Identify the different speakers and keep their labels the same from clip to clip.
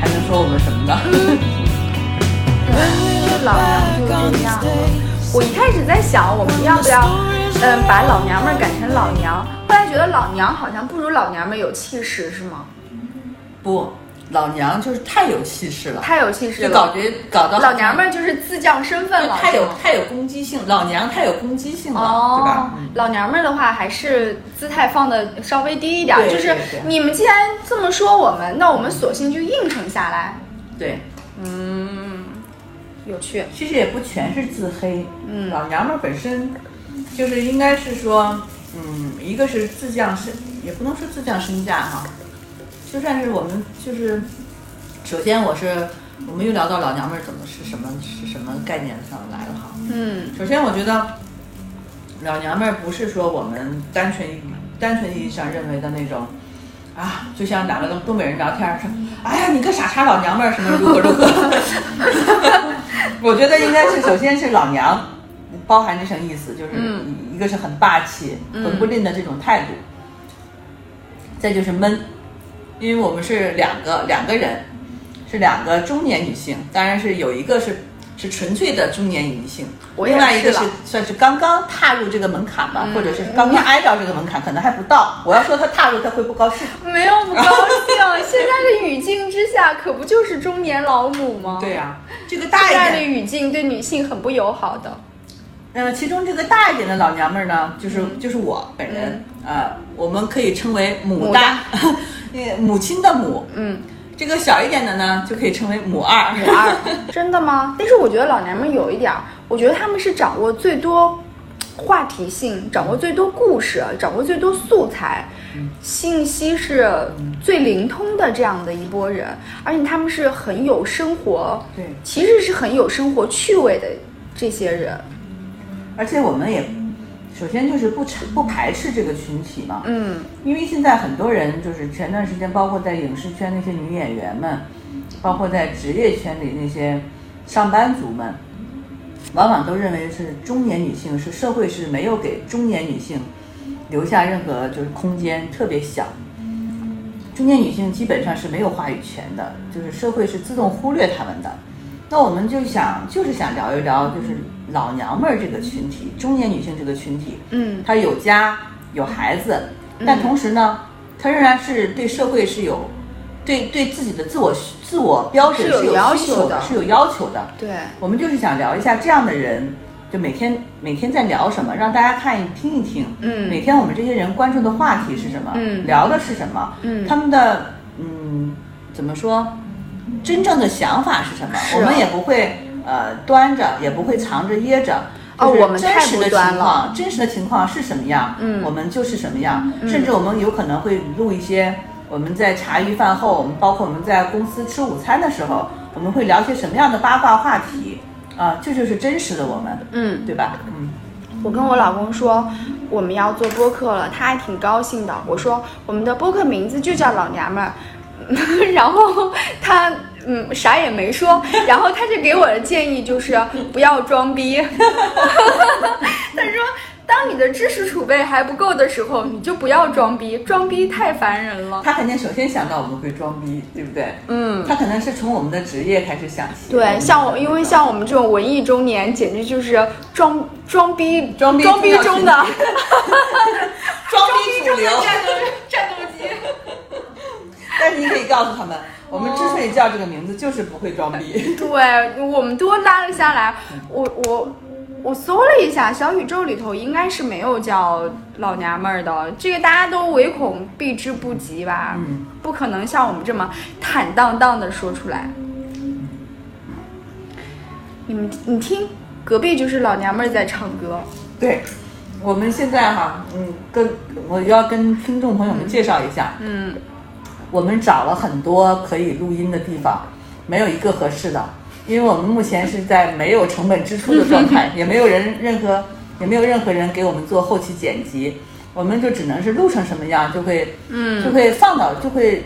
Speaker 1: 还能说我们什么的？
Speaker 2: 因为老娘就是这样嘛。我一开始在想，我们要不要，嗯，把老娘们儿改成老娘？后来觉得老娘好像不如老娘们儿有气势，是吗？
Speaker 1: 不，老娘就是太有气势了，
Speaker 2: 太有气势
Speaker 1: 就
Speaker 2: 了
Speaker 1: 搞。觉搞到
Speaker 2: 老娘们儿就是自降身份了，
Speaker 1: 太有
Speaker 2: 是吗
Speaker 1: 太有攻击性，老娘太有攻击性了，对
Speaker 2: 哦
Speaker 1: 吧？嗯，
Speaker 2: 老娘们儿的话还是姿态放的稍微低一点儿，
Speaker 1: 对
Speaker 2: 就是
Speaker 1: 对对
Speaker 2: 你们既然这么说我们，那我们索性就应承下来。
Speaker 1: 对，
Speaker 2: 有趣，
Speaker 1: 其实也不全是自黑，
Speaker 2: 嗯
Speaker 1: 老娘们儿本身就是应该是说，嗯，一个是自降身，也不能说自降身价哈，就算是我们就是，首先我是我们又聊到老娘们儿怎么是什么是什么概念上来了哈，
Speaker 2: 嗯
Speaker 1: 首先我觉得老娘们儿不是说我们单纯单纯意义上认为的那种。啊，就像哪个东东北人聊天儿说，
Speaker 2: 嗯
Speaker 1: 哎呀，你个傻叉老娘们儿什么如何如何， 我觉得应该是首先是老娘，包含这层意思，就是
Speaker 2: 嗯
Speaker 1: 一个是很霸气、
Speaker 2: 嗯
Speaker 1: 很不吝的这种态度，再就是闷，因为我们是两个两个人，是两个中年女性，当然是有一个是是纯粹的中年女性，
Speaker 2: 我也
Speaker 1: 另外一个
Speaker 2: 是
Speaker 1: 是
Speaker 2: 了
Speaker 1: 算是刚刚踏入这个门槛吧，
Speaker 2: 嗯
Speaker 1: 或者是刚刚挨到这个门槛，可能还不到。我要说她踏入，她会不高兴。
Speaker 2: 嗯没有不高兴。现在的语境之下，可不就是中年老母吗？
Speaker 1: 对呀、这个
Speaker 2: 现
Speaker 1: 大
Speaker 2: 在
Speaker 1: 一
Speaker 2: 的
Speaker 1: 点，
Speaker 2: 语境对女性很不友好的。
Speaker 1: 呃，其中这个大一点的老娘们儿呢，就是、就是我本人，呃，我们可以称为母大， 那母亲的母。
Speaker 2: 嗯，
Speaker 1: 这个小一点的呢，就可以称为母二。母
Speaker 2: 二， 真的吗？但是我觉得老娘们有一点儿，我觉得他们是掌握最多话题性，掌握最多故事，掌握最多素材，
Speaker 1: 嗯
Speaker 2: 信息是最灵通的这样的一波人，而且他们是很有生活，
Speaker 1: 对
Speaker 2: 其实是很有生活趣味的这些人。
Speaker 1: 而且我们也，首先就是不排不排斥这个群体嘛，
Speaker 2: 嗯
Speaker 1: 因为现在很多人就是前段时间，包括在影视圈那些女演员们，包括在职业圈里那些上班族们，往往都认为是中年女性是社会是没有给中年女性留下任何就是空间，特别小。中年女性基本上是没有话语权的，就是社会是自动忽略她们的。那我们就想就是想聊一聊，就是老娘们儿这个群体，中年女性这个群体，
Speaker 2: 嗯
Speaker 1: 她有家有孩子，但同时呢，她仍然是对社会是有，对对自己的自我自我标准
Speaker 2: 是有
Speaker 1: 是有
Speaker 2: 要
Speaker 1: 需求
Speaker 2: 求
Speaker 1: 的，
Speaker 2: 的
Speaker 1: 是有要求的。
Speaker 2: 对，
Speaker 1: 我们就是想聊一下这样的人，就每天每天在聊什么，让大家看一听一听。
Speaker 2: 嗯
Speaker 1: 每天我们这些人关注的话题是什么？
Speaker 2: 嗯
Speaker 1: 聊的是什么？
Speaker 2: 嗯
Speaker 1: 他们的嗯，怎么说？真正的想法是什么？
Speaker 2: 是啊
Speaker 1: 我们也不会呃端着，也不会藏着掖着。
Speaker 2: 哦
Speaker 1: 就是
Speaker 2: 我们
Speaker 1: 真
Speaker 2: 太
Speaker 1: 实
Speaker 2: 不
Speaker 1: 的情
Speaker 2: 端
Speaker 1: 况，
Speaker 2: 了
Speaker 1: 真实的情况是什么样，
Speaker 2: 嗯
Speaker 1: 我们就是什么样，甚至我们有可能会录一些我们在茶余饭后，我们包括我们在公司吃午餐的时候，我们会聊些什么样的八卦话题啊，这就是真实的我们，
Speaker 2: 嗯。
Speaker 1: 对吧？嗯，
Speaker 2: 我跟我老公说我们要做播客了，他还挺高兴的。我说我们的播客名字就叫老娘们儿， 嗯然后他嗯啥也没说，然后他就给我的建议就是不要装逼。 他说。当你的知识储备还不够的时候，你就不要装逼，装逼太烦人了。
Speaker 1: 他肯定首先想到我们会装逼，对不对？
Speaker 2: 哦嗯，
Speaker 1: 他可能是从我们的职业开始想起。
Speaker 2: 对，像我，因为像我们这种文艺中年，简直就是装装逼
Speaker 1: 装逼
Speaker 2: 装逼
Speaker 1: 重要
Speaker 2: 中 的
Speaker 1: 装逼主流，
Speaker 2: 战斗战斗机。
Speaker 1: 但是你可以告诉他们，我们之所以叫这个名字，就是不会装逼。
Speaker 2: 对我们多拉了下来，我我我搜了一下，小宇宙里头应该是没有叫老娘们儿的，这个大家都唯恐避之不及吧，
Speaker 1: 嗯
Speaker 2: 不可能像我们这么坦荡荡的说出来。你们你听，隔壁就是老娘们儿在唱歌，
Speaker 1: 对，我们现在哈，嗯，跟我要跟听众朋友们介绍一下，
Speaker 2: 嗯，
Speaker 1: 我们找了很多可以录音的地方，没有一个合适的，因为我们目前是在没有成本支出的状态， 也没有人任何也没有任何人给我们做后期剪辑，我们就只能是录成什么样就会，嗯，就会放到就会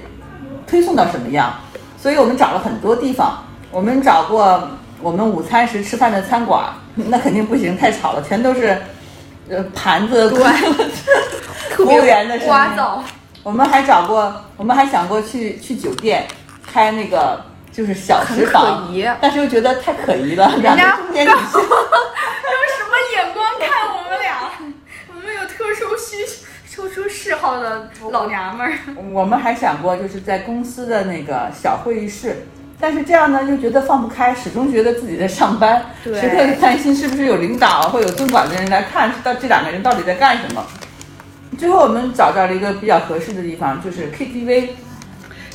Speaker 1: 推送到什么样，所以我们找了很多地方，我们找过我们午餐时吃饭的餐馆，那肯定不行，太吵了，全都是。呃，盘子
Speaker 2: 对
Speaker 1: 服
Speaker 2: 特
Speaker 1: 务员的
Speaker 2: 别
Speaker 1: 声音
Speaker 2: 聒噪，
Speaker 1: 我们还找过，我们还想过去去酒店，开那个就是小
Speaker 2: 很
Speaker 1: 食
Speaker 2: 可
Speaker 1: 坊，
Speaker 2: 疑
Speaker 1: 但是又觉得太可疑了，
Speaker 2: 人
Speaker 1: 两
Speaker 2: 家
Speaker 1: 个中年女性。
Speaker 2: 用什么眼光看我们俩？我们有特殊需特殊嗜好的老娘们儿。
Speaker 1: 我们还想过，就是在公司的那个小会议室，但是这样呢又觉得放不开，始终觉得自己在上班，
Speaker 2: 对
Speaker 1: 时刻地担心是不是有领导或有尊管的人来看，到这两个人到底在干什么。最后我们找到了一个比较合适的地方，就是 KTV。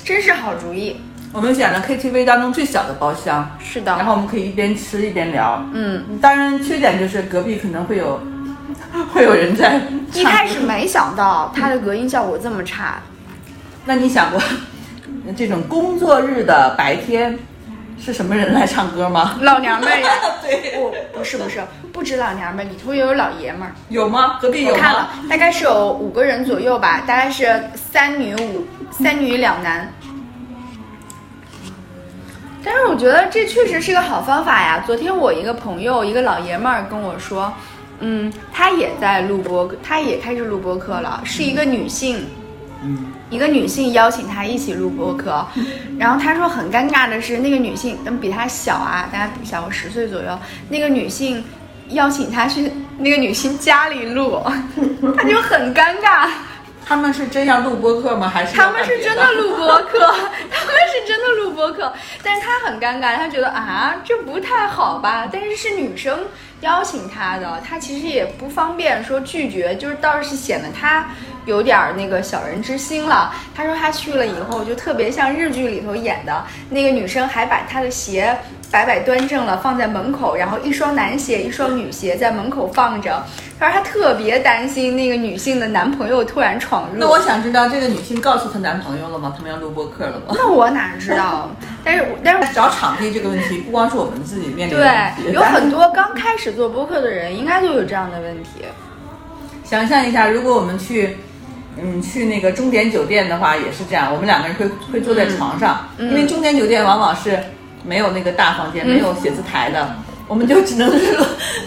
Speaker 2: 真是好主意。
Speaker 1: 我们选了 KTV 当中最小的包厢，
Speaker 2: 是
Speaker 1: 然
Speaker 2: 的，
Speaker 1: 后我们可以一边吃一边聊。
Speaker 2: 嗯，
Speaker 1: 当然缺点就是隔壁可能会有 会有人在。
Speaker 2: 一开始没想到它的隔音效果这么差。
Speaker 1: 那你想过这种工作日的白天是什么人来唱歌吗？
Speaker 2: 老娘 们儿呀，
Speaker 1: 对
Speaker 2: 不，哦不是不是，不止老娘们儿，里头也有老爷们儿。
Speaker 1: 有吗？隔壁有
Speaker 2: 我看了
Speaker 1: 吗？，
Speaker 2: 大概是有五个人左右吧，大概是三女五，三女两男。但是我觉得这确实是个好方法呀。昨天我一个朋友，一个老爷们儿跟我说，嗯，他也在录播客，他也开始录播客了，是一个女性，
Speaker 1: 嗯，
Speaker 2: 一个女性邀请他一起录播客，然后他说很尴尬的是，那个女性嗯比他小啊，大概小我十岁左右，那个女性邀请他去那个女性家里录， 他就很尴尬。
Speaker 1: 他们是真要录播客吗？还是
Speaker 2: 他们是
Speaker 1: 要
Speaker 2: 真的
Speaker 1: 干别
Speaker 2: 录 播客，他们是真的录播客，但是他很尴尬，他觉得啊这不太好吧，但是是女生邀请他的，他其实也不方便说拒绝，就是倒是显得他有点儿那个小人之心了。他说他去了以后就特别像日剧里头演的那个女生，还把她的鞋。摆摆端正了，放在门口，然后一双男鞋，一双女鞋在门口放着。他说他特别担心那个女性的男朋友突然闯入。
Speaker 1: 那我想知道，这个女性告诉她男朋友了吗？他们要录播客了吗？
Speaker 2: 那我哪知道？但是但是
Speaker 1: 找场地这个问题，不光是我们自己面临的问
Speaker 2: 对，
Speaker 1: 题，
Speaker 2: 有很多刚开始做播客的人，应该都有这样的问题。
Speaker 1: 想象一下，如果我们去，嗯，去那个钟点酒店的话，也是这样，我们两个人会会坐在床上，因为钟点酒店往往是没有那个大房间，没有写字台的，我们就只能是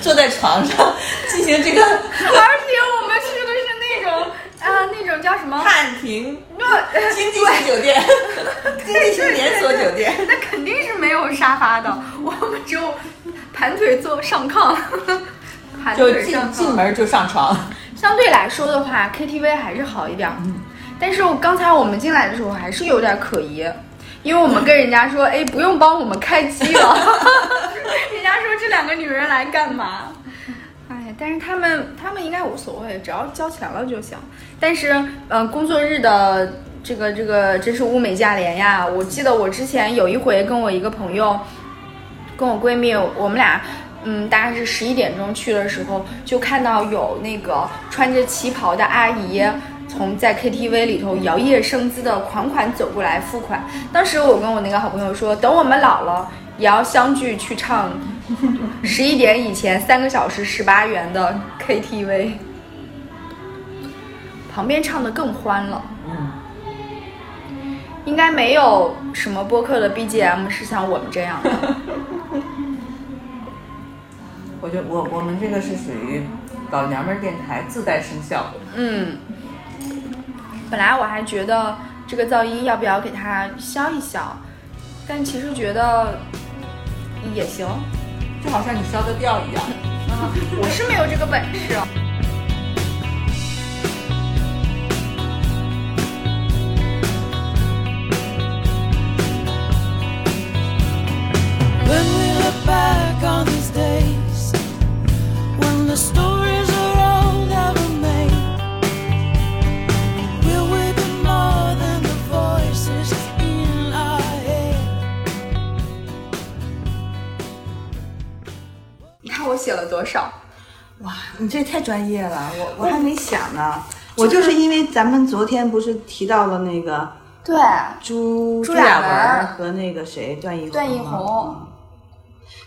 Speaker 1: 坐在床上进行这个
Speaker 2: 而且我们去的是那种啊，那种叫什么？
Speaker 1: 汉庭
Speaker 2: 那
Speaker 1: 经济型酒店，经济型连锁酒店。
Speaker 2: 那肯定是没有沙发的，我们只有盘腿坐上炕， 盘
Speaker 1: 就
Speaker 2: 腿
Speaker 1: 进
Speaker 2: 上
Speaker 1: 进
Speaker 2: 炕。
Speaker 1: 门就上床，
Speaker 2: 相对来说的话，KTV 还是好一点儿。嗯但是我刚才我们进来的时候还是有点可疑，因为我们跟人家说，哎，不用帮我们开机了。人家说这两个女人来干嘛？哎，但是他们他们应该无所谓，只要交钱了就行。但是，嗯、工作日的这个这个真是物美价廉呀！我记得我之前有一回跟我一个朋友，跟我闺蜜，我们俩，嗯，大概是十一点钟去的时候，就看到有那个穿着旗袍的阿姨。从在 KTV 里头摇曳生姿的款款走过来付款，当时我跟我那个好朋友说，等我们老了也要相聚去唱十一点以前三个小时十八元的 KTV，旁边唱的更欢了。
Speaker 1: 嗯，
Speaker 2: 应该没有什么播客的 BGM 是像我们这样的。
Speaker 1: 我觉得我我们这个是属于老娘们儿电台自带生效，
Speaker 2: 嗯，本来我还觉得这个噪音要不要给它消一消，但其实觉得也行，
Speaker 1: 就好像你消得掉一样。
Speaker 2: 我是没有这个本事。
Speaker 3: When we look back on these days, when the stories are all that were made, will we be more than the voices in our head?
Speaker 2: 你看我写了多少？
Speaker 4: 哇，你这太专业了，我 我还没想呢。我就是因为咱们昨天不是提到了那个
Speaker 2: 对，
Speaker 4: 朱
Speaker 2: 朱
Speaker 4: 朱
Speaker 2: 亚
Speaker 4: 亚
Speaker 2: 文
Speaker 4: 文儿和那个谁段奕
Speaker 2: 段奕
Speaker 4: 吗嗯
Speaker 2: 宏。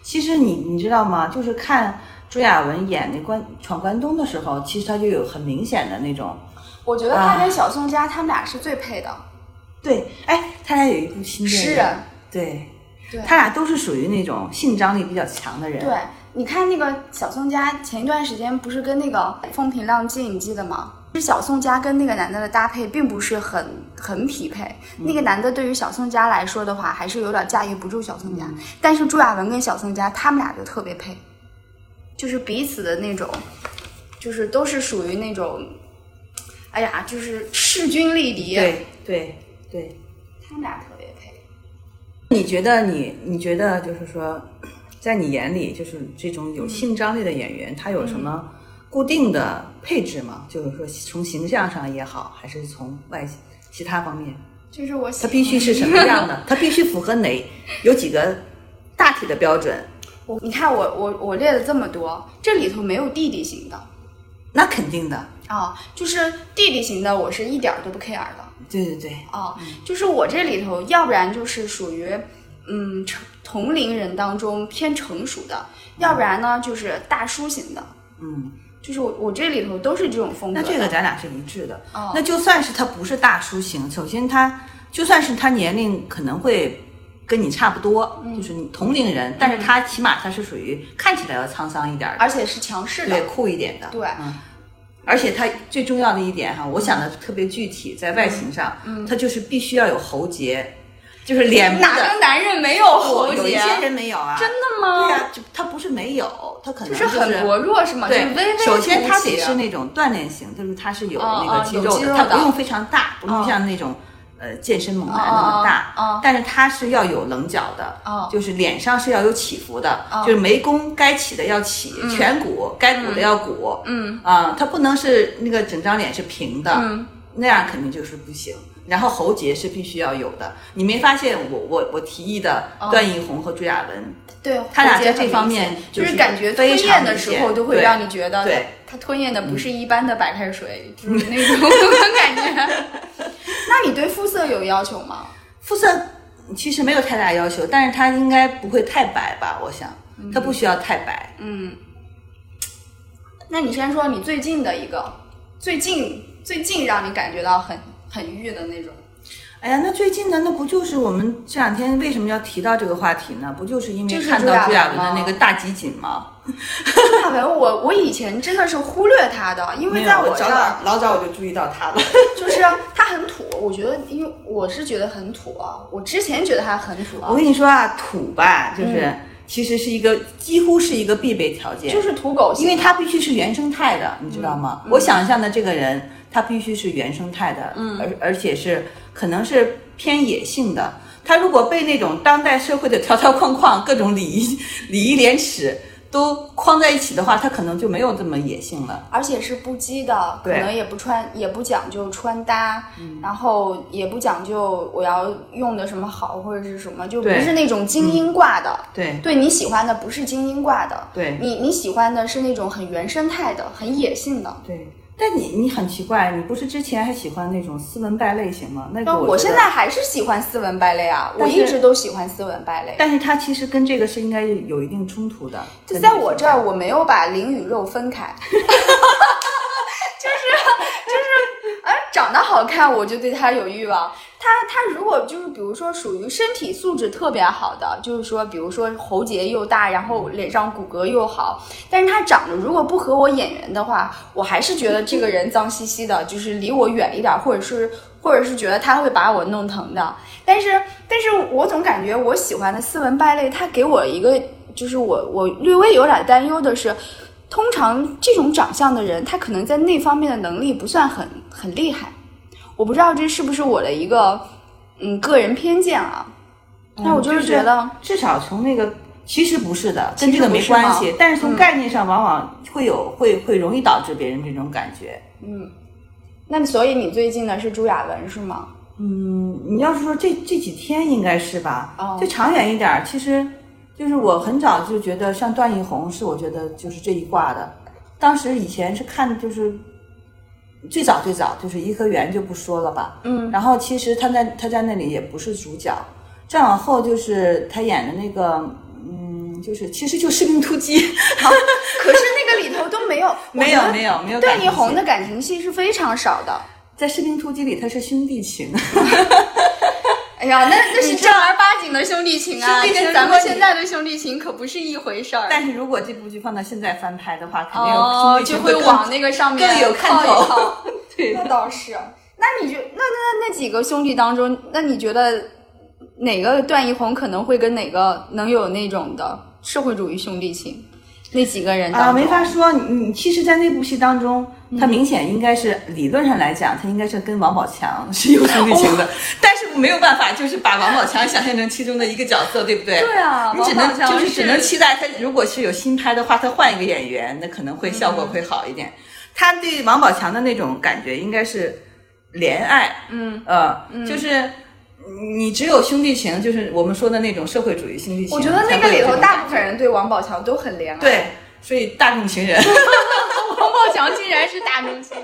Speaker 4: 其实你你知道吗？就是看朱亚文演那关《闯关东》的时候，其实他就有很明显的那种。
Speaker 2: 我觉得他跟小宋佳他们俩是最配的，
Speaker 4: 对，哎，他俩有一部新电影，
Speaker 2: 诗人。
Speaker 4: 对，
Speaker 2: 对
Speaker 4: 他俩都是属于那种性张力比较强的人。
Speaker 2: 对，你看那个小宋佳前一段时间不是跟那个风平浪静，你记得吗？是小宋佳跟那个男的的搭配并不是很很匹配。
Speaker 1: 嗯
Speaker 2: 那个男的对于小宋佳来说的话，还是有点驾驭不住小宋佳。
Speaker 1: 嗯
Speaker 2: 但是朱亚文跟小宋佳他们俩就特别配，就是彼此的那种，就是都是属于那种，哎呀，就是势均力敌。，
Speaker 1: 对对对。
Speaker 2: 他们俩特别配。
Speaker 1: 你觉得你你觉得就是说，在你眼里就是这种有性张力的演员，他有什么固定的配置吗？就是说从形象上也好，还是从外其他方面，
Speaker 2: 就是我喜
Speaker 1: 他必须是什么样的？他必须符合哪有几个大体的标准？
Speaker 2: 我，你看我我我列了这么多，这里头没有弟弟型的
Speaker 1: 那肯定的，
Speaker 2: 啊，就是弟弟型的，我是一点儿都不 care 的。
Speaker 1: 对对对，
Speaker 2: 哦，
Speaker 1: 嗯
Speaker 2: 就是我这里头，要不然就是属于，嗯，成同龄人当中偏成熟的，要不然呢就是大叔型的，
Speaker 1: 嗯，
Speaker 2: 就是我我这里头都是这种风格
Speaker 1: 那
Speaker 2: 的。
Speaker 1: 这个咱俩是一致的。
Speaker 2: 哦
Speaker 1: 那就算是他不是大叔型，首先他就算是他年龄可能会跟你差不多，
Speaker 2: 嗯
Speaker 1: 就是你同龄人，但是他起码他是属于看起来要沧桑一点儿的，
Speaker 2: 而且是强势
Speaker 1: 对
Speaker 2: 的，
Speaker 1: 酷一点的。
Speaker 2: 对
Speaker 1: 嗯。而且他最重要的一点哈，我想的特别具体，在外形上，他就是必须要有喉结，就是脸部
Speaker 2: 嗯哪
Speaker 1: 的
Speaker 2: 个男人没有
Speaker 1: 不
Speaker 2: 喉
Speaker 1: 嗯有一
Speaker 2: 结？
Speaker 1: 些人没有啊，
Speaker 2: 真的吗
Speaker 1: 对呀、就他不是没有，他可能
Speaker 2: 就是是很薄弱是吗？就是
Speaker 1: 对，
Speaker 2: 微微
Speaker 1: 首先它
Speaker 2: 凸起啊
Speaker 1: 得是那种锻炼型，就是它是有
Speaker 2: 哦
Speaker 1: 那
Speaker 2: 哦
Speaker 1: 个肌
Speaker 2: 有
Speaker 1: 肉
Speaker 2: 肌
Speaker 1: 的，
Speaker 2: 肉
Speaker 1: 它
Speaker 2: 的
Speaker 1: 不用非常大，不用
Speaker 2: 哦
Speaker 1: 像那种呃健身猛男
Speaker 2: 哦
Speaker 1: 那么
Speaker 2: 哦哦
Speaker 1: 大，但是它是要有棱角的
Speaker 2: 哦，
Speaker 1: 就是脸上是要有起伏的，就是眉弓该起的要起，
Speaker 2: 嗯
Speaker 1: 颧骨该鼓的要鼓，嗯啊，它不能是那个整张脸是平的，
Speaker 2: 嗯
Speaker 1: 那样肯定就是不行。然后喉结是必须要有的，你没发现我我我提议的
Speaker 2: 哦
Speaker 1: 段奕宏和朱亚文，
Speaker 2: 对，
Speaker 1: 他俩
Speaker 2: 喉结
Speaker 1: 在
Speaker 2: 很
Speaker 1: 这方
Speaker 2: 明
Speaker 1: 面
Speaker 2: 显
Speaker 1: 就
Speaker 2: 就是
Speaker 1: 是
Speaker 2: 感觉
Speaker 1: 非
Speaker 2: 吞
Speaker 1: 常
Speaker 2: 咽的
Speaker 1: 明
Speaker 2: 时
Speaker 1: 显
Speaker 2: 候都会
Speaker 1: 对
Speaker 2: 让你觉得
Speaker 1: 对嗯
Speaker 2: 他吞咽的不是一般的白开水，就是那种 感觉。那你对肤色有要求吗？
Speaker 1: 肤色其实没有太大要求，但是它应该不会太白吧？我想，它不需要太白。
Speaker 2: 嗯，那你先说你最近的一个，最近最近让你感觉到很很郁的 那种。
Speaker 1: 哎呀，那最近呢？那不就是我们这两天为什么要提到这个话题呢？不就是因
Speaker 2: 就
Speaker 1: 为
Speaker 2: 是
Speaker 1: 看
Speaker 2: 朱亚
Speaker 1: 到朱亚文
Speaker 2: 文吗
Speaker 1: 的那个大集锦吗？
Speaker 2: 朱亚文，我我以前真的是忽略他的，因为在我这
Speaker 1: 早
Speaker 2: 儿
Speaker 1: 早老早我就注意到 他了。
Speaker 2: 就是他很土，我觉得，因为我是觉得很土啊，我之前觉得他很土啊
Speaker 1: 我，跟你说啊，土吧，就是、
Speaker 2: 嗯
Speaker 1: 其实是一个几乎是一个必备条件，
Speaker 2: 就是土狗型
Speaker 1: 因为它必须是原生态的，你知道吗？
Speaker 2: 嗯
Speaker 1: 我想象的这个人，他必须是原生态的，嗯，而而且是可能是偏野性的。他如果被那种当代社会的条条框框、各种礼仪、 礼仪廉耻都框在一起的话，他可能就没有这么野性了。
Speaker 2: 而且是不羁的，可
Speaker 1: 对嗯
Speaker 2: 能也不穿，也不讲究穿搭，然后也不讲究我要用的什么好或者是什么，就不
Speaker 1: 对
Speaker 2: 是那种精英挂的。
Speaker 1: 对
Speaker 2: 对你喜欢的不是精英挂的，
Speaker 1: 对
Speaker 2: 你你喜欢的是那种很原生态的、很野性的。
Speaker 1: 对，但你你很奇怪，你不是之前还喜欢那种斯文败类型吗？那个
Speaker 2: 但
Speaker 1: 我
Speaker 2: 哦我
Speaker 1: 觉
Speaker 2: 现
Speaker 1: 得
Speaker 2: 在还是喜欢斯文败类啊，我
Speaker 1: 但是
Speaker 2: 一直都喜欢斯文败类。
Speaker 1: 但是他其实跟这个是应该有一定冲突的。
Speaker 2: 就在我这儿，我没有把灵与肉分开，就是就是，哎，长得好看我就对他有欲望。他他如果就是比如说属于身体素质特别好的，就是说比如说喉结又大，然后脸上骨骼又好，但是他长得如果不合我眼缘的话，我还是觉得这个人脏兮兮的，就是离我远一点，或者是或者是觉得他会把我弄疼的。但是，但是我总感觉我喜欢的斯文败类，他给我一个就是我我略微有点担忧的是，通常这种长相的人，他可能在那方面的能力不算很很厉害。我不知道这是不是我的一个嗯个人偏见啊，但我就是觉得。
Speaker 1: 至少从那个其实不是的，跟
Speaker 2: 其
Speaker 1: 这
Speaker 2: 实
Speaker 1: 个
Speaker 2: 不
Speaker 1: 没
Speaker 2: 是
Speaker 1: 关
Speaker 2: 吗
Speaker 1: 系，但是
Speaker 2: 嗯
Speaker 1: 从概念上往往会有会会容易导致别人这种感觉。
Speaker 2: 那所以你最近的是朱亚文是吗？
Speaker 1: 嗯，你要是说这这几天应该是吧，
Speaker 2: 哦
Speaker 1: 就长远一点儿，其实就是我很早就觉得像段奕宏是我觉得就是这一挂的，当时以前是看就是。最早最早就是颐和园就不说了吧，嗯，然后其实他在他在那里也不是主角，再往后就是他演的那个，嗯，就是其实就《士兵突击》，
Speaker 2: 啊 可是那个里头都没有，
Speaker 1: 没有
Speaker 2: 我觉得
Speaker 1: 没有没有
Speaker 2: 段
Speaker 1: 感
Speaker 2: 奕
Speaker 1: 情
Speaker 2: 宏
Speaker 1: 戏
Speaker 2: 的感情戏是非常少的。
Speaker 1: 在《士兵突击》里他是兄弟情，
Speaker 2: 哎呀，那那是正儿八经的兄弟情啊，
Speaker 1: 兄弟情
Speaker 2: 跟咱们
Speaker 1: 如果你
Speaker 2: 现在的兄弟情可不是一回事儿。
Speaker 1: 但是如果这部剧放到现在翻拍的话，肯定有
Speaker 2: 哦，
Speaker 1: 兄弟
Speaker 2: 就
Speaker 1: 情
Speaker 2: 会
Speaker 1: 更
Speaker 2: 往那个上面
Speaker 1: 更有看头
Speaker 2: 靠一靠那倒是。那你觉那那那几个兄弟当中，那你觉得哪个段奕宏可能会跟哪个能有那种的社会主义兄弟情？那几个人当中
Speaker 1: 啊，没法说。你你其实，在那部戏当中，
Speaker 2: 嗯
Speaker 1: 他明显应该是理论上来讲，他应该是跟王宝强是有兄弟情
Speaker 2: 哦
Speaker 1: 的，但是没有办法，就是把王宝强想象成其中的一个角色，对不对？
Speaker 2: 对啊
Speaker 1: 你只
Speaker 2: 王宝
Speaker 1: 能
Speaker 2: 强
Speaker 1: 就是
Speaker 2: 是
Speaker 1: 只能期待他，如果是有新拍的话，他换一个演员，那可能会效
Speaker 2: 嗯
Speaker 1: 果会好一点。他对王宝强的那种感觉应该是怜爱，
Speaker 2: 嗯，
Speaker 1: 呃，就是。你只有兄弟情，就是我们说的那种社会主义兄弟情。
Speaker 2: 我觉得那
Speaker 1: 才
Speaker 2: 个
Speaker 1: 会
Speaker 2: 里
Speaker 1: 有这
Speaker 2: 头
Speaker 1: 种
Speaker 2: 大部分人对王宝强都很怜爱。，
Speaker 1: 对，所以大众情人。
Speaker 2: 王宝强竟然是大明星。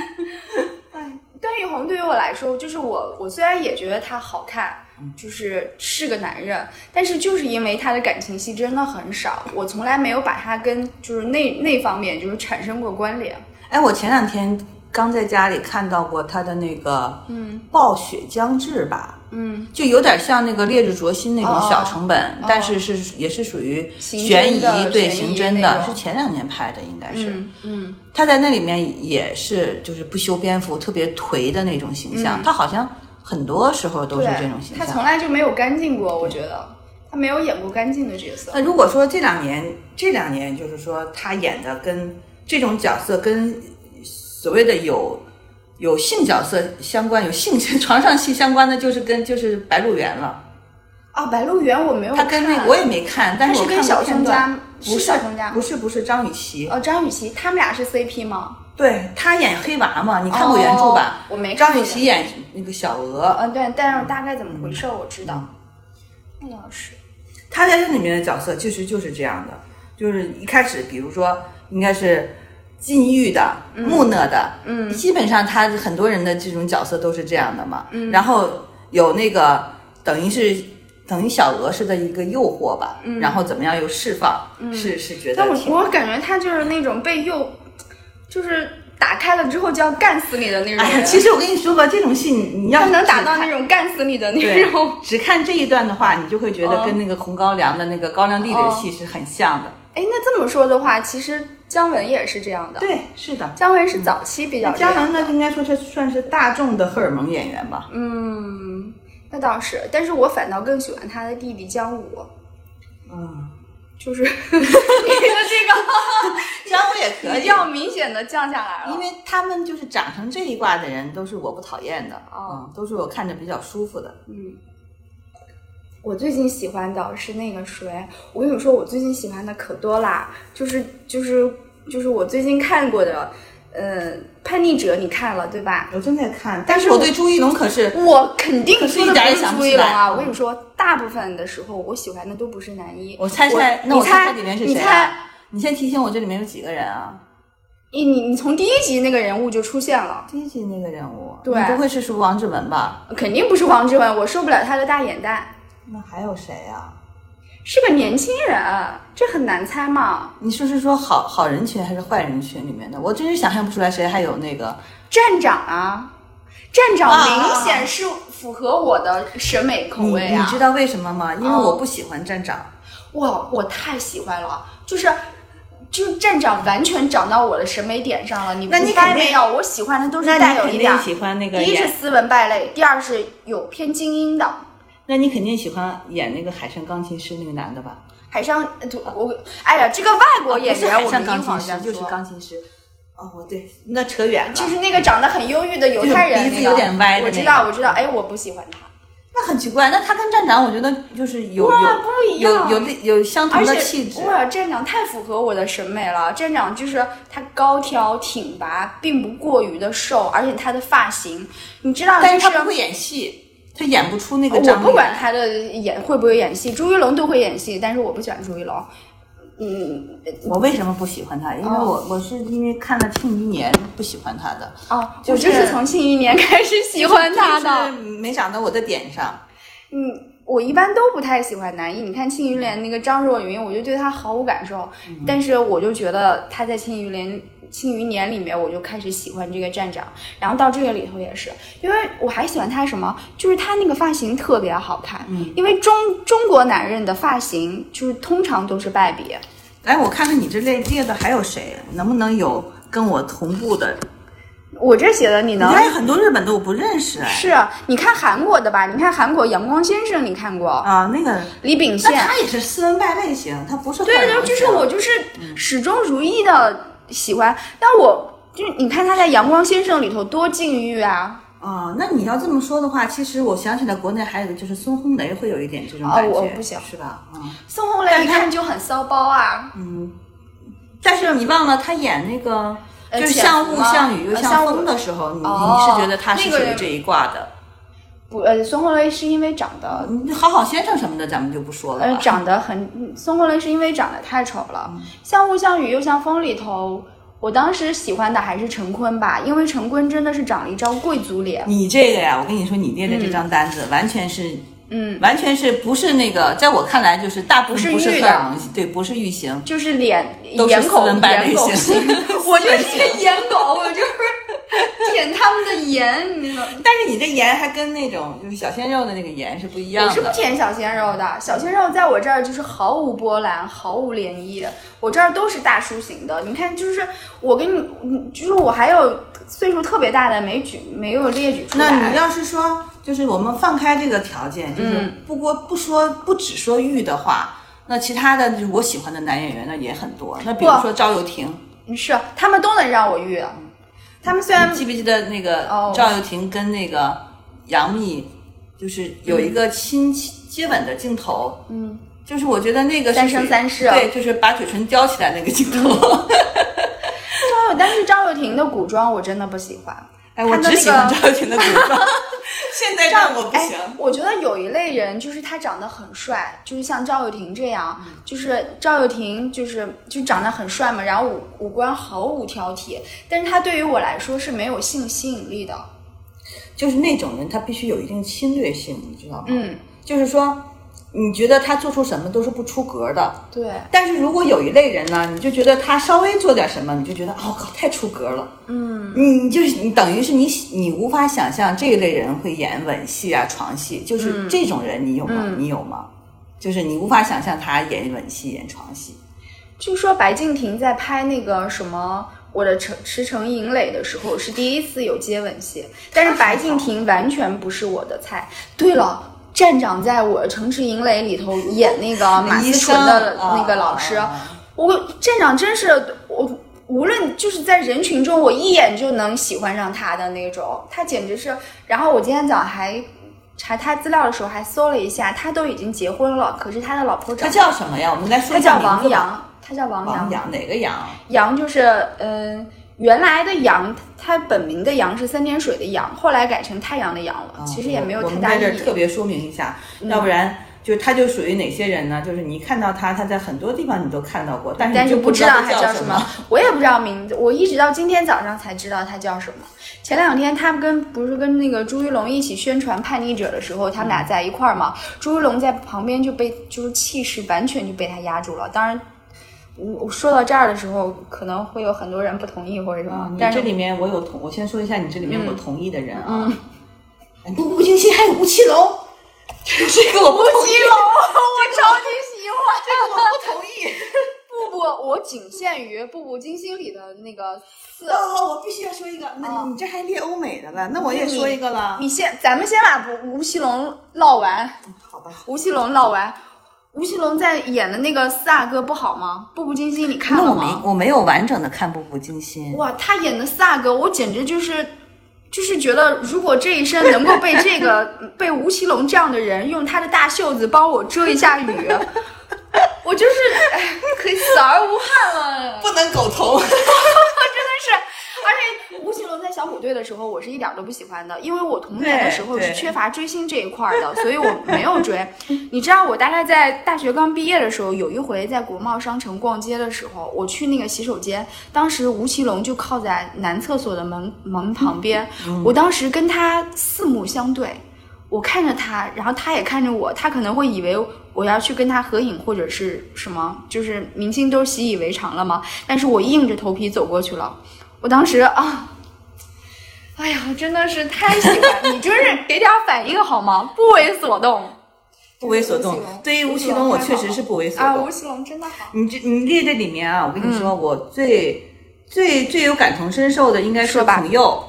Speaker 2: 哎，段奕宏对于我来说，就是我，我虽然也觉得他好看，
Speaker 1: 嗯
Speaker 2: 就是是个男人，但是就是因为他的感情戏真的很少，我从来没有把他跟就是那那方面就是产生过关联。
Speaker 1: 哎，我前两天刚在家里看到过他的那个，嗯，暴雪将至吧，
Speaker 2: 嗯，
Speaker 1: 就有点像那个《烈日灼心》那
Speaker 2: 哦
Speaker 1: 种小成本，
Speaker 2: 哦
Speaker 1: 但是是也是属于
Speaker 2: 刑侦
Speaker 1: 悬疑，
Speaker 2: 的
Speaker 1: 对，
Speaker 2: 悬疑
Speaker 1: 刑侦
Speaker 2: 那
Speaker 1: 的，
Speaker 2: 种
Speaker 1: 是前两年拍的，应该是。
Speaker 2: 嗯嗯，
Speaker 1: 他在那里面也是就是不修边幅，特别颓的那种形象，他好像很多时候都是
Speaker 2: 嗯
Speaker 1: 这
Speaker 2: 对
Speaker 1: 种形，
Speaker 2: 他
Speaker 1: 象。
Speaker 2: 从来就没有干净过，我觉得他没有演过干净的角色。
Speaker 1: 那呃如果说这两年，这两年就是说他演的跟这种角色跟所谓的有有性角色相关、有性 床上戏相关的，就是跟就是《白鹿原》了。
Speaker 2: 啊，《白鹿原》我没有
Speaker 1: 他
Speaker 2: 看，
Speaker 1: 跟那我也没看，但
Speaker 2: 他
Speaker 1: 是我
Speaker 2: 是
Speaker 1: 看
Speaker 2: 跟
Speaker 1: 过
Speaker 2: 小
Speaker 1: 片
Speaker 2: 宋
Speaker 1: 段
Speaker 2: 佳，
Speaker 1: 不
Speaker 2: 小宋佳吗
Speaker 1: 不是不是张雨绮，
Speaker 2: 哦，张雨绮，他们俩是 CP 吗？
Speaker 1: 对她演黑娃嘛，你看过原著吧？
Speaker 2: 哦我没看
Speaker 1: 张
Speaker 2: 过
Speaker 1: 雨绮演那个小
Speaker 2: 嗯、
Speaker 1: 娥，
Speaker 2: 对，但是大概怎么回事儿我知道。那倒是，
Speaker 1: 她在这里面的角色其实就是这样的，就是一开始比如说应该是禁欲的、木讷的，
Speaker 2: 嗯
Speaker 1: 基本上他很多人的这种角色都是这样的嘛。
Speaker 2: 嗯
Speaker 1: 然后有那个等于是等于小娥似的一个诱惑吧，然后怎么样又释放，是是觉得
Speaker 2: 嗯但我
Speaker 1: 挺。
Speaker 2: 我感觉他就是那种被诱，就是打开了之后就要干死你的那种
Speaker 1: 哎
Speaker 2: 人。
Speaker 1: 呀，其实我跟你说吧，这种戏你你要
Speaker 2: 他
Speaker 1: 是
Speaker 2: 能达
Speaker 1: 只
Speaker 2: 到
Speaker 1: 看
Speaker 2: 那种干死你的那
Speaker 1: 对
Speaker 2: 种。，
Speaker 1: 只看这一段的话，你就会觉得
Speaker 2: 哦
Speaker 1: 跟那个红高粱的那个高粱地里的
Speaker 2: 哦
Speaker 1: 戏是很像的。
Speaker 2: 哎，那这么说的话，其实姜文也是这样的。，
Speaker 1: 对，是的。
Speaker 2: 姜文是早期比较这样
Speaker 1: 姜文
Speaker 2: 的
Speaker 1: 呢，应该说是算是大众的荷尔蒙演员吧。
Speaker 2: 嗯，那倒是，但是我反倒更喜欢他的弟弟姜武，
Speaker 1: 嗯，
Speaker 2: 就是 你的这
Speaker 1: 姜武也
Speaker 2: 个
Speaker 1: 可
Speaker 2: 比
Speaker 1: 以，
Speaker 2: 较明显的降下来了。
Speaker 1: 因为他们就是长成这一挂的人，都是我不讨厌的，
Speaker 2: 哦
Speaker 1: 嗯，都是我看着比较舒服的。
Speaker 2: 嗯，我最近喜欢的是那个谁，我跟你说，我最近喜欢的可多啦，就是就是就是我最近看过的，呃，《叛逆者》你看了对吧？
Speaker 1: 我正在看，但是
Speaker 2: 我
Speaker 1: 我对朱一龙可是
Speaker 2: 我肯定
Speaker 1: 可是
Speaker 2: 说的
Speaker 1: 一点儿
Speaker 2: 不
Speaker 1: 也
Speaker 2: 是
Speaker 1: 想不
Speaker 2: 朱一
Speaker 1: 起
Speaker 2: 龙
Speaker 1: 来嗯
Speaker 2: 啊！我跟你说，大部分的时候我喜欢的都不是男一。
Speaker 1: 我猜猜，那
Speaker 2: 你
Speaker 1: 猜
Speaker 2: 猜
Speaker 1: 猜里面是
Speaker 2: 你
Speaker 1: 谁、啊？
Speaker 2: 猜，
Speaker 1: 你先提醒我这里面有几个人啊？
Speaker 2: 你你你从第一集那个人物就出现了，
Speaker 1: 第一集那个人物，
Speaker 2: 对
Speaker 1: 你不会是是王志文吧？
Speaker 2: 肯定不是王志文，我受不了他的大眼蛋，
Speaker 1: 那还有谁啊？
Speaker 2: 是个年轻人，啊这很难猜嘛。
Speaker 1: 你说是说好好人群还是坏人群里面的？我真是想象不出来谁还有那个
Speaker 2: 站长啊，站长
Speaker 1: 啊
Speaker 2: 明显是符合我的审美口味
Speaker 1: 你
Speaker 2: 啊！
Speaker 1: 嗯你知道为什么吗？因为
Speaker 2: 哦
Speaker 1: 我不喜欢站长。
Speaker 2: 哇，我太喜欢了，就是。就站长完全长到我的审美点上了，你
Speaker 1: 那你
Speaker 2: 你发
Speaker 1: 肯定
Speaker 2: 没有？我喜欢的都是带有一点儿，
Speaker 1: 欢那
Speaker 2: 第一是斯文败类，第二是有偏精英的。
Speaker 1: 那你肯定喜欢演那个海上钢琴师那个男的吧？啊
Speaker 2: 海上，呃就我哎呀，这个外国演员
Speaker 1: 海
Speaker 2: 我们
Speaker 1: 上
Speaker 2: 一
Speaker 1: 钢
Speaker 2: 会
Speaker 1: 琴
Speaker 2: 儿再
Speaker 1: 师
Speaker 2: 说，
Speaker 1: 就是钢琴师。哦，对，那扯远了。
Speaker 2: 就是那个长得很忧郁的犹太人，
Speaker 1: 就是鼻子
Speaker 2: 那个
Speaker 1: 有点歪的那
Speaker 2: 我知
Speaker 1: 个
Speaker 2: 道，我知道。哎，我不喜欢他，
Speaker 1: 那很奇怪，那他跟站长，我觉得就是有
Speaker 2: 哇
Speaker 1: 有
Speaker 2: 不一样
Speaker 1: 有有有相同
Speaker 2: 而
Speaker 1: 的
Speaker 2: 且
Speaker 1: 气质。
Speaker 2: 哇，站长太符合我的审美了。站长就是他高挑挺拔，并不过于的瘦，而且他的发型，你知道，
Speaker 1: 但是
Speaker 2: 就
Speaker 1: 他
Speaker 2: 是
Speaker 1: 不会演戏，他演不出那个
Speaker 2: 我
Speaker 1: 张力。
Speaker 2: 不管他的演会不会演戏，朱一龙都会演戏，但是我不喜欢朱一龙。嗯
Speaker 1: 我为什么不喜欢他？因为我、我是因为看了《庆余年》不喜欢他的，
Speaker 2: 哦，
Speaker 1: 就
Speaker 2: 我就是
Speaker 1: 是
Speaker 2: 从庆余年开始喜欢他的。
Speaker 1: 就是没想到我的点上。
Speaker 2: 嗯，我一般都不太喜欢男一。你看《庆余年》那个张若昀，我就对他毫无感受。
Speaker 1: 嗯
Speaker 2: 但是我就觉得他在《庆余年》《庆余年》里面，我就开始喜欢这个站长。然后到这个里头也是，因为我还喜欢他什么，就是他那个发型特别好看。嗯，因为中中国男人的发型就是通常都是败笔。
Speaker 1: 哎来，我看看你这列列的还有谁，能不能有跟我同步的？
Speaker 2: 我这写的你能
Speaker 1: 你看很多日本的我不认识哎，
Speaker 2: 是？啊你看韩国的吧？你看韩国《阳光先生》，你看过？
Speaker 1: 啊，那个，
Speaker 2: 李秉
Speaker 1: 那
Speaker 2: 宪，
Speaker 1: 他也是斯文败类型，他不嗯是
Speaker 2: 对，
Speaker 1: 坏人
Speaker 2: 然后就是我就是始终如一的喜欢，但我就是你看他在《阳光先生》里头多禁欲啊！
Speaker 1: 啊。那你要这么说的话，其实我想起来国内还有一个就是孙红雷会有一点这种
Speaker 2: 哦
Speaker 1: 感觉，
Speaker 2: 我不行
Speaker 1: 是吧？嗯。
Speaker 2: 宋红雷一看就很骚包啊，
Speaker 1: 但是你忘了他演那个，
Speaker 2: 呃
Speaker 1: 就是
Speaker 2: 潜
Speaker 1: 像
Speaker 2: 伏
Speaker 1: 雾
Speaker 2: 吗
Speaker 1: 像雨又
Speaker 2: 呃像
Speaker 1: 像
Speaker 2: 雾
Speaker 1: 风的时候，你你
Speaker 2: 哦
Speaker 1: 是觉得他是
Speaker 2: 那
Speaker 1: 属
Speaker 2: 个
Speaker 1: 于这一挂的。
Speaker 2: 不呃，孙红雷是因为长得
Speaker 1: 嗯好好先生什么的，咱们就不说了
Speaker 2: 呃
Speaker 1: 吧。
Speaker 2: 长得很，嗯孙红雷是因为长得太丑了，
Speaker 1: 嗯
Speaker 2: 像雾像雨又像风里头。我当时喜欢的还是陈坤吧，因为陈坤真的是长了一张贵族脸。
Speaker 1: 你这个呀，我跟你说，你列的这张单子完全是，
Speaker 2: 嗯，
Speaker 1: 完全是不是那个，在我看来就是大部分不
Speaker 2: 不是
Speaker 1: 是
Speaker 2: 玉
Speaker 1: 荷
Speaker 2: 的
Speaker 1: 尔蒙系，对，不是玉型，
Speaker 2: 就是脸
Speaker 1: 都是
Speaker 2: 眼
Speaker 1: 斯
Speaker 2: 狗
Speaker 1: 文败
Speaker 2: 眼
Speaker 1: 类
Speaker 2: 狗型
Speaker 1: 型。
Speaker 2: 我就是个颜狗，我就是舔他们的颜，你知道吗？
Speaker 1: 但是你这盐还跟那种就是小鲜肉的那个盐是不一样
Speaker 2: 我
Speaker 1: 的。
Speaker 2: 是不舔小鲜肉的，小鲜肉在我这儿就是毫无波澜，毫无涟漪。我这儿都是大叔型的。你看，就是我跟你你，就是我还有岁数特别大的没举，没有列举出来。
Speaker 1: 那你要是说，就是我们放开这个条件，就是
Speaker 2: 嗯
Speaker 1: 不过不说不只说玉的话，那其他的就是我喜欢的男演员呢也很多。那比如
Speaker 2: 不
Speaker 1: 说赵又廷，
Speaker 2: 是他们都能让我遇，他们虽然
Speaker 1: 记不记得那个
Speaker 2: 哦
Speaker 1: 赵又廷跟那个杨幂，就是有一个亲亲接吻的镜头？
Speaker 2: 嗯，
Speaker 1: 就是我觉得那个是
Speaker 2: 三生三世啊
Speaker 1: 对，就是把嘴唇叼起来那个镜头。
Speaker 2: 赵又，但是赵又廷的古装我真的不喜欢。
Speaker 1: 哎，我
Speaker 2: 看到
Speaker 1: 只喜欢
Speaker 2: 那个
Speaker 1: 赵又廷的古装， 现在让我不行。
Speaker 2: 哎，我觉得有一类人就是他长得很帅，就是像赵又廷这样，
Speaker 1: 嗯
Speaker 2: 就是赵又廷就是就长得很帅嘛，然后五五官毫无挑剔，但是他对于我来说是没有性吸引力的。
Speaker 1: 就是那种人，他必须有一定侵略性，你知道吗？
Speaker 2: 嗯，
Speaker 1: 就是说，你觉得他做出什么都是不出格的，
Speaker 2: 对，
Speaker 1: 但是如果有一类人呢，你就觉得他稍微做点什么，你就觉得哦靠，太出格了。嗯，你就是你等于是你你无法想象这一类人会演吻戏啊、床戏，
Speaker 2: 嗯
Speaker 1: 就是这种人你有吗？你有吗？就是你无法想象他演吻戏、演床戏。
Speaker 2: 据说白敬亭在拍那个什么。我的城驰骋营垒的时候是第一次有接吻戏，但是白敬亭完全不是我的菜。对了，站长在我的城池营垒里头演那个马思
Speaker 1: 医
Speaker 2: 纯
Speaker 1: 生
Speaker 2: 的
Speaker 1: 啊
Speaker 2: 那个老师，
Speaker 1: 啊啊
Speaker 2: 我站长真是我，无论就是在人群中，我一眼就能喜欢上他的那种，他简直是。然后我今天早上还查他资料的时候，还搜了一下，他都已经结婚了，可是他的老婆
Speaker 1: 他
Speaker 2: 长
Speaker 1: 叫什么呀？我们来说
Speaker 2: 他
Speaker 1: 一
Speaker 2: 叫
Speaker 1: 下名
Speaker 2: 王
Speaker 1: 字吧。
Speaker 2: 阳，他叫王
Speaker 1: 王
Speaker 2: 阳，
Speaker 1: 阳哪个阳？
Speaker 2: 阳就是嗯、呃原来的阳，他本名的阳是三点水的阳，后来改成太阳的阳了，
Speaker 1: 啊
Speaker 2: 其实也没有
Speaker 1: 我我
Speaker 2: 太
Speaker 1: 们
Speaker 2: 大
Speaker 1: 在这
Speaker 2: 意
Speaker 1: 儿特
Speaker 2: 义。嗯
Speaker 1: 别说明一下，要不然就他就属于哪些人呢？就是你看到他，他在很多地方你都看到过，但是
Speaker 2: 但
Speaker 1: 你
Speaker 2: 是
Speaker 1: 就
Speaker 2: 不
Speaker 1: 知
Speaker 2: 知道
Speaker 1: 他
Speaker 2: 他叫
Speaker 1: 什
Speaker 2: 什么。，我也不知道名字，我一直到今天早上才知道他叫什么。前两天他们跟不是跟那个朱一龙一起宣传《叛逆者》的时候，他们俩在一块儿嘛，朱一龙在旁边就被就是气势完全就被他压住了。当然，我我说到这儿的时候，可能会有很多人不同意或者什么，
Speaker 1: 啊，你
Speaker 2: 但
Speaker 1: 这
Speaker 2: 是嗯
Speaker 1: 里面我有同，我先说一下你这里面我同意的人啊。步步惊心还有吴奇隆，这个我不同意，
Speaker 2: 我超级喜欢。
Speaker 1: 我不同意。
Speaker 2: 步步，我仅限于《步步惊心》里的那个四。
Speaker 1: 哦，我必须要说一个，那
Speaker 2: 哦
Speaker 1: 你你这还列欧美的了，那我也说一个了。
Speaker 2: 你先，咱们先把吴吴奇隆唠完。
Speaker 1: 好吧，
Speaker 2: 吴奇隆唠完，吴奇隆在演的那个四阿哥不好吗？《步步惊心》你看
Speaker 1: 那
Speaker 2: 了
Speaker 1: 我没
Speaker 2: 吗？
Speaker 1: 我没有完整的看《步步惊心》。
Speaker 2: 哇，他演的四阿哥，我简直就是，就是觉得如果这一生能够被这个 被吴奇隆这样的人用他的大袖子帮我遮一下雨， 我就是哎可以死而无憾了。
Speaker 1: 不能苟同。
Speaker 2: 是， 而且吴奇隆在小虎队的时候，我是一点儿都不喜欢的，因为我童年的时候
Speaker 1: 对
Speaker 2: 是
Speaker 1: 对
Speaker 2: 缺乏追星这一块儿的，所以我没有追。你知道，我大概在大学刚毕业的时候，有一回在国贸商城逛街的时候，我去那个洗手间，当时吴奇隆就靠在男厕所的门门旁边，
Speaker 1: 嗯
Speaker 2: 我当时跟他四目相对。我看着他，然后他也看着我，他可能会以为我要去跟他合影或者是什么，就是明星都习以为常了嘛。但是我硬着头皮走过去了，我当时啊，哎呀，真的是太喜欢你，就是给点反应好吗？不为所动
Speaker 1: 不为所动
Speaker 2: 吴奇隆。
Speaker 1: 对于吴奇隆，我确实是不为所
Speaker 2: 啊！
Speaker 1: 动嗯
Speaker 2: 吴。奇隆真的好，嗯
Speaker 1: 你这你列这里面啊，我跟你说，我最最最有感同身受的应该是
Speaker 2: 说吧
Speaker 1: 孔侑，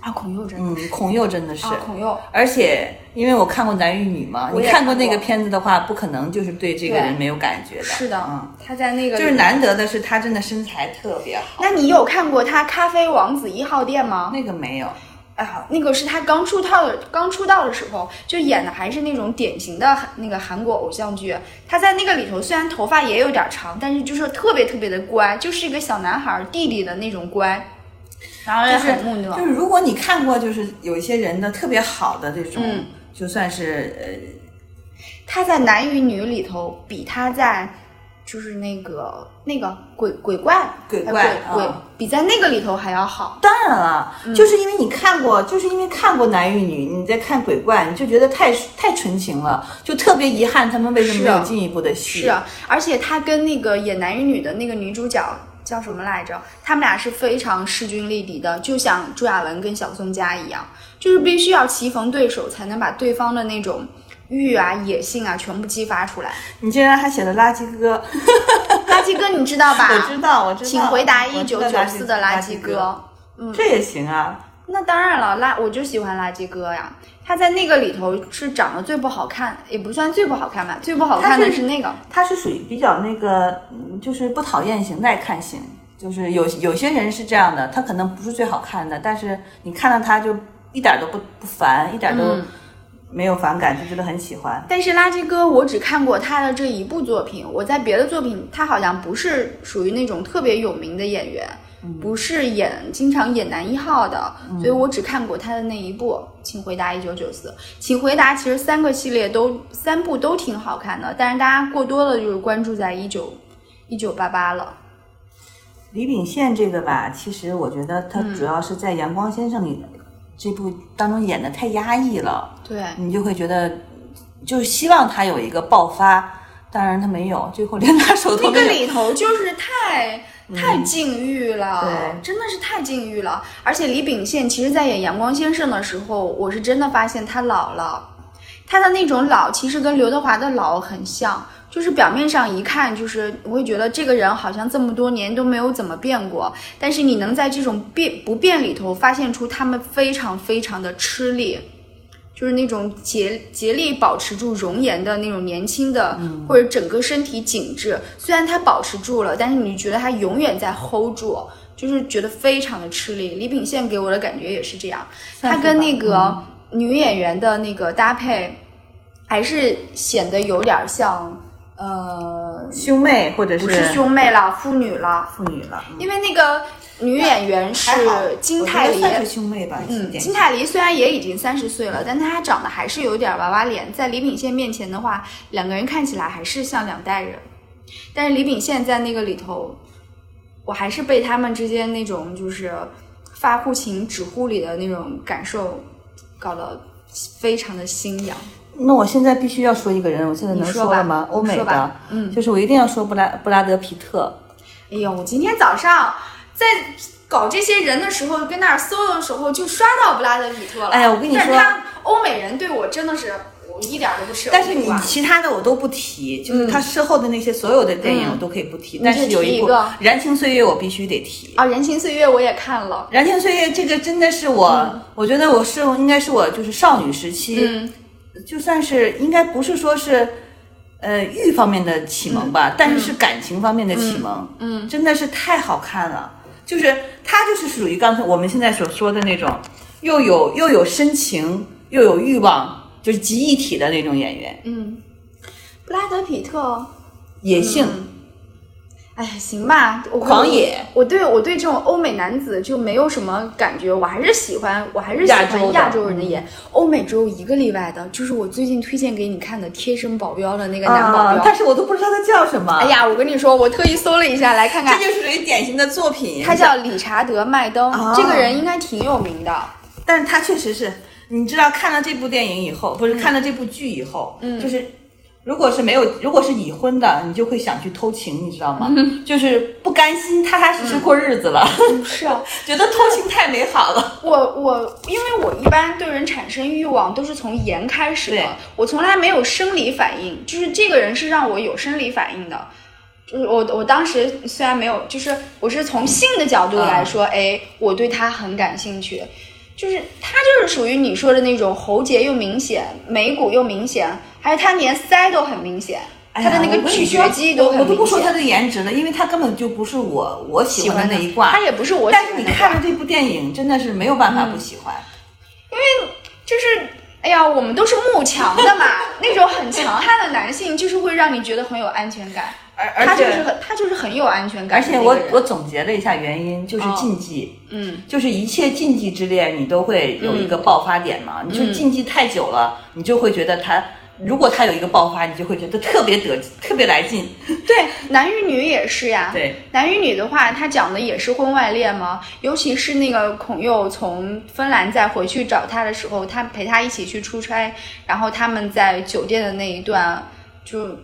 Speaker 2: 啊，孔侑真的
Speaker 1: 嗯，孔侑真的是，
Speaker 2: 啊，孔侑
Speaker 1: 而且因为我看过《男与女》嘛，
Speaker 2: 我
Speaker 1: 你
Speaker 2: 也
Speaker 1: 看过
Speaker 2: 看过
Speaker 1: 那个片子的话，不可能就是对这个人没有感觉的。
Speaker 2: 是的
Speaker 1: 嗯，，
Speaker 2: 他在那个
Speaker 1: 就是难得的是他真的身材特别好，
Speaker 2: 那你有看过他《咖啡王子一号店》吗？
Speaker 1: 那个没有，
Speaker 2: 啊，那个是他刚出道的，刚出道的时候就演的还是那种典型的韩那个韩国偶像剧。他在那个里头虽然头发也有点长，但是就是特别特别的乖，就是一个小男孩儿弟弟的那种乖，然后也
Speaker 1: 就是
Speaker 2: 哎很木讷。
Speaker 1: 就是如果你看过，就是有一些人的特别好的这种，
Speaker 2: 嗯
Speaker 1: 就算是呃
Speaker 2: 他在《男与女》里头比他在就是那个那个鬼鬼怪
Speaker 1: 鬼
Speaker 2: 哎
Speaker 1: 怪
Speaker 2: 鬼鬼
Speaker 1: 嗯
Speaker 2: 比在那个里头还要好
Speaker 1: 呃，。当然了，就是因为你看过，就是因为看过《男与女》，你在看《鬼怪》，你就觉得太太纯情了，就特别遗憾他们为什么
Speaker 2: 是
Speaker 1: 没
Speaker 2: 啊
Speaker 1: 有进一步的戏。
Speaker 2: 是啊，而且他跟那个演男与女的那个女主角叫什么来着？他们俩是非常势均力敌的，就像朱亚文跟小宋佳一样，就是必须要棋逢对手，才能把对方的那种欲啊、野性啊全部激发出来。
Speaker 1: 你竟然还写了垃圾哥，
Speaker 2: 垃圾哥，你知道吧？
Speaker 1: 我知道，我知道。
Speaker 2: 请回答
Speaker 1: 我
Speaker 2: 一
Speaker 1: 知
Speaker 2: 九
Speaker 1: 道
Speaker 2: 九四的垃
Speaker 1: 圾
Speaker 2: 圾哥。嗯
Speaker 1: 这也行啊。
Speaker 2: 那当然了，垃我就喜欢垃圾哥呀。他在那个里头是长得最不好看，也不算最不好看吧，最不好
Speaker 1: 他
Speaker 2: 看的
Speaker 1: 是
Speaker 2: 是那个
Speaker 1: 他是属于比较那个，嗯就是不讨厌型、耐看型，就是有有些人是这样的，他可能不是最好看的，但是你看到他就一点都不不烦，一点都
Speaker 2: 嗯
Speaker 1: 没有反感，就觉得很喜欢。
Speaker 2: 但是垃圾哥，我只看过他的这一部作品，我在别的作品，他好像不是属于那种特别有名的演员，不是演经常演男一号的，所以我只看过他的那一部《请回答一九九四》。《请回答》其实三个系列都三部都挺好看的，但是大家过多的就是关注在一九一九八八了。
Speaker 1: 李秉宪这个吧，其实我觉得他
Speaker 2: 嗯
Speaker 1: 主要是在《阳光先生》里、这部当中演的太压抑了，
Speaker 2: 对，
Speaker 1: 你就会觉得就是希望他有一个爆发，当然他没有，最后连拿手都
Speaker 2: 那
Speaker 1: 没
Speaker 2: 个
Speaker 1: 有。
Speaker 2: 里头就是太。太禁欲了，
Speaker 1: 对
Speaker 2: 真的是太禁欲了。而且李秉宪其实，在演《阳光先生》的时候，我是真的发现他老了，他的那种老其实跟刘德华的老很像，就是表面上一看就是我会觉得这个人好像这么多年都没有怎么变过，但是你能在这种变不变里头发现出他们非常非常的吃力。就是那种竭竭力保持住容颜的那种年轻的，
Speaker 1: 嗯
Speaker 2: 或者整个身体紧致，虽然他保持住了，但是你觉得他永远在 hold 住，就是觉得非常的吃力。李秉宪给我的感觉也是这样，
Speaker 1: 算
Speaker 2: 他
Speaker 1: 是吧嗯
Speaker 2: 跟那个女演员的那个搭配，还是显得有点像，呃，
Speaker 1: 兄妹或者
Speaker 2: 不是兄妹了，父女了，
Speaker 1: 妇女了，
Speaker 2: 因为那个女演员是
Speaker 1: 还好
Speaker 2: 金
Speaker 1: 我觉
Speaker 2: 泰
Speaker 1: 得
Speaker 2: 梨，
Speaker 1: 算是兄妹吧，
Speaker 2: 嗯，
Speaker 1: 典
Speaker 2: 金
Speaker 1: 型
Speaker 2: 泰梨虽然也已经三十岁了，但她长得还是有点娃娃脸，在李秉宪面前的话，两个人看起来还是像两代人。但是李秉宪在那个里头，我还是被他们之间那种就是发乎情止乎礼的那种感受搞得非常的心痒。
Speaker 1: 那我现在必须要说一个人，我现在能
Speaker 2: 你说吧
Speaker 1: 了吗？欧美
Speaker 2: 说
Speaker 1: 的
Speaker 2: 吧，嗯
Speaker 1: 就是我一定要说布拉布拉德皮特，
Speaker 2: 哎呦，我今天早上在搞这些人的时候，跟那儿搜的时候就刷到布拉德皮特了。
Speaker 1: 哎呀我跟你
Speaker 2: 但是
Speaker 1: 说
Speaker 2: 他欧美人对我真的是我一点儿都不吃。
Speaker 1: 但是你
Speaker 2: 我不管
Speaker 1: 其他的我都不提，就是他之后的那些所有的电影我都可以不提，但是有
Speaker 2: 嗯你就提一
Speaker 1: 部
Speaker 2: 个
Speaker 1: 《燃情岁月》我必须得提。
Speaker 2: 啊，《人情岁月》我也看了，
Speaker 1: 《燃情岁月》这个真的是我，我觉得我是应该是我就是少女时期，
Speaker 2: 嗯
Speaker 1: 就算是应该不是说是，呃，欲方面的启蒙吧，
Speaker 2: 嗯
Speaker 1: 但是是感情方面的启蒙，嗯，真的是太好看了。就是它就是属于刚才我们现在所说的那种，又有又有深情又有欲望，就是集一体的那种演员，
Speaker 2: 嗯，布拉德皮特，
Speaker 1: 野性。
Speaker 2: 嗯哎，行吧，我
Speaker 1: 狂野，
Speaker 2: 我对我对这种欧美男子就没有什么感觉，我还是喜欢，我还是喜
Speaker 1: 亚洲
Speaker 2: 欢
Speaker 1: 的
Speaker 2: 亚洲人的嗯眼。欧美只有一个例外的，就是我最近推荐给你看的《贴身保镖》的那个男保
Speaker 1: 啊
Speaker 2: 镖。
Speaker 1: 但是我都不知道他叫什么。
Speaker 2: 哎，呀，我跟你说，我特意搜了一下来看
Speaker 1: 这
Speaker 2: 看，
Speaker 1: 就是属于典型的作品。
Speaker 2: 他叫理查德·麦登，
Speaker 1: 啊
Speaker 2: 这个人应该挺有名的。
Speaker 1: 但是他确实是，你知道看了这部电影以后，
Speaker 2: 嗯
Speaker 1: 不是、看了这部剧以后，嗯，就是如果是没有，如果是已婚的，你就会想去偷情，你知道吗？
Speaker 2: 嗯
Speaker 1: 就是不甘心踏踏实实过日子了，
Speaker 2: 是啊，
Speaker 1: 觉得偷情太美好了。
Speaker 2: 我我，因为我一般对人产生欲望都是从盐开始
Speaker 1: 对
Speaker 2: 的，我从来没有生理反应，就是这个人是让我有生理反应的。就是我我当时虽然没有，就是我是从性的角
Speaker 1: 嗯
Speaker 2: 度来说，哎、我对他很感兴趣。就是他就是属于你说的那种喉结又明显，眉骨又明显，还有他连腮都很明显，
Speaker 1: 哎
Speaker 2: 他
Speaker 1: 呀
Speaker 2: 的那
Speaker 1: 我
Speaker 2: 个
Speaker 1: 跟你
Speaker 2: 咀
Speaker 1: 说
Speaker 2: 嚼肌都
Speaker 1: 我
Speaker 2: 很
Speaker 1: 我
Speaker 2: 明显。
Speaker 1: 都不说他的颜值了，因为他根本就不是我我喜
Speaker 2: 喜
Speaker 1: 欢
Speaker 2: 欢
Speaker 1: 的那一挂。
Speaker 2: 他也不是我喜
Speaker 1: 但
Speaker 2: 欢
Speaker 1: 是
Speaker 2: 的
Speaker 1: 你
Speaker 2: 那一
Speaker 1: 看
Speaker 2: 挂嗯
Speaker 1: 了这部电影，真的是没有办法不喜欢。
Speaker 2: 就是，哎呀，我们都是慕强的 嘛，那种很强悍的男性，就是会让你觉得很有安全感。
Speaker 1: 而
Speaker 2: 他就是很，他就是很有安全感
Speaker 1: 而
Speaker 2: 的那
Speaker 1: 且
Speaker 2: 个人。哦
Speaker 1: 我我总结了一下原因，就是禁忌，
Speaker 2: 嗯，
Speaker 1: 就是一切禁忌之恋，你都会有一个爆发点
Speaker 2: 嗯
Speaker 1: 嘛。你说禁忌太久了，你就会觉得他，如果他有一个爆发，你就会觉得特别得特别来劲。
Speaker 2: 对男与女也是呀。
Speaker 1: 对，
Speaker 2: 男与女的话，他讲的也是婚外恋嘛，尤其是那个孔佑从芬兰再回去找他的时候，他陪他一起去出差，然后他们在酒店的那一段，就，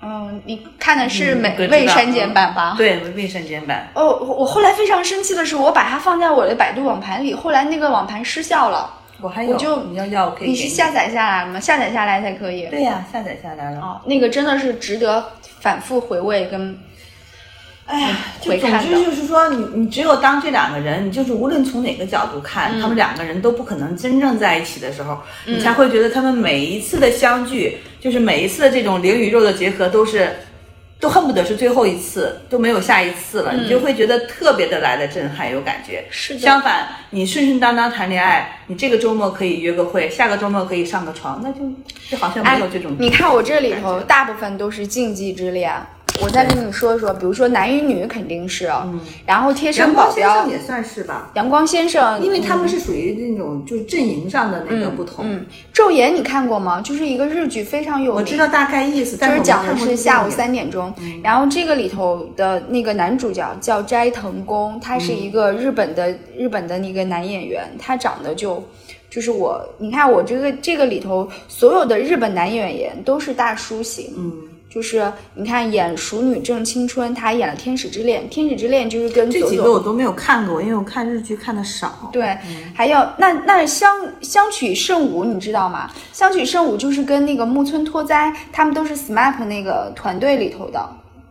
Speaker 2: 嗯，你看的是美
Speaker 1: 嗯
Speaker 2: 未删减版吧？
Speaker 1: 对，未删减版。
Speaker 2: 哦，我我后来非常生气的是，我把它放在我的百度网盘里，后来那个网盘失效了。
Speaker 1: 我还有，
Speaker 2: 我就
Speaker 1: 你要要我可以
Speaker 2: 你
Speaker 1: 给
Speaker 2: 是下载下来了吗？下载下来才可以。
Speaker 1: 对呀、下载下来了。
Speaker 2: 哦，那个真的是值得反复回味跟
Speaker 1: 哎呀，就
Speaker 2: 回
Speaker 1: 总
Speaker 2: 看
Speaker 1: 之
Speaker 2: 的
Speaker 1: 就是说，你你只有当这两个人，你就是无论从哪个角度看，
Speaker 2: 嗯
Speaker 1: 他们两个人都不可能真正在一起的时候，你才会觉得他们每一次的相聚，就是每一次的这种灵与肉的结合，都是都恨不得是最后一次，都没有下一次了，你就会觉得特别的来的震撼，有感觉。
Speaker 2: 嗯是的
Speaker 1: 相反，你顺顺当当谈恋爱，你这个周末可以约个会，下个周末可以上个床，那就就好像没有这种、
Speaker 2: 哎你看我这里头大部分都是禁忌之恋，我再跟你说一说，比如说男与女肯定是，啊然后贴身
Speaker 1: 嗯阳光
Speaker 2: 保
Speaker 1: 先
Speaker 2: 镖
Speaker 1: 生也算是吧。
Speaker 2: 阳光先生，
Speaker 1: 因为他们是属于那种就是阵营上的那个不同，
Speaker 2: 嗯昼颜你看过吗？就是一个日剧，非常有名。
Speaker 1: 我知道大概意思，但
Speaker 2: 就是是
Speaker 1: 我没
Speaker 2: 讲的
Speaker 1: 看过这
Speaker 2: 是
Speaker 1: 个
Speaker 2: 下午
Speaker 1: 电影
Speaker 2: 三点钟，
Speaker 1: 嗯
Speaker 2: 然后这个里头的那个男主角叫斋藤工，他
Speaker 1: 嗯
Speaker 2: 是一个日本的、日本的那个男演员，他长得就就是我，你看我这个这个里头所有的日本男演员都是大叔型，
Speaker 1: 嗯，
Speaker 2: 就是你看演《熟女正青春》，他演了《天使之恋》，《天使之恋》就是跟
Speaker 1: 这
Speaker 2: 佐
Speaker 1: 几
Speaker 2: 佐
Speaker 1: 个我都嗯没有看过，因为我看日剧看的少。
Speaker 2: 对，还有那那相相曲圣武，你知道吗？相曲圣武就是跟那个木村拓哉，他们都是 SMAP 那个团队里头的。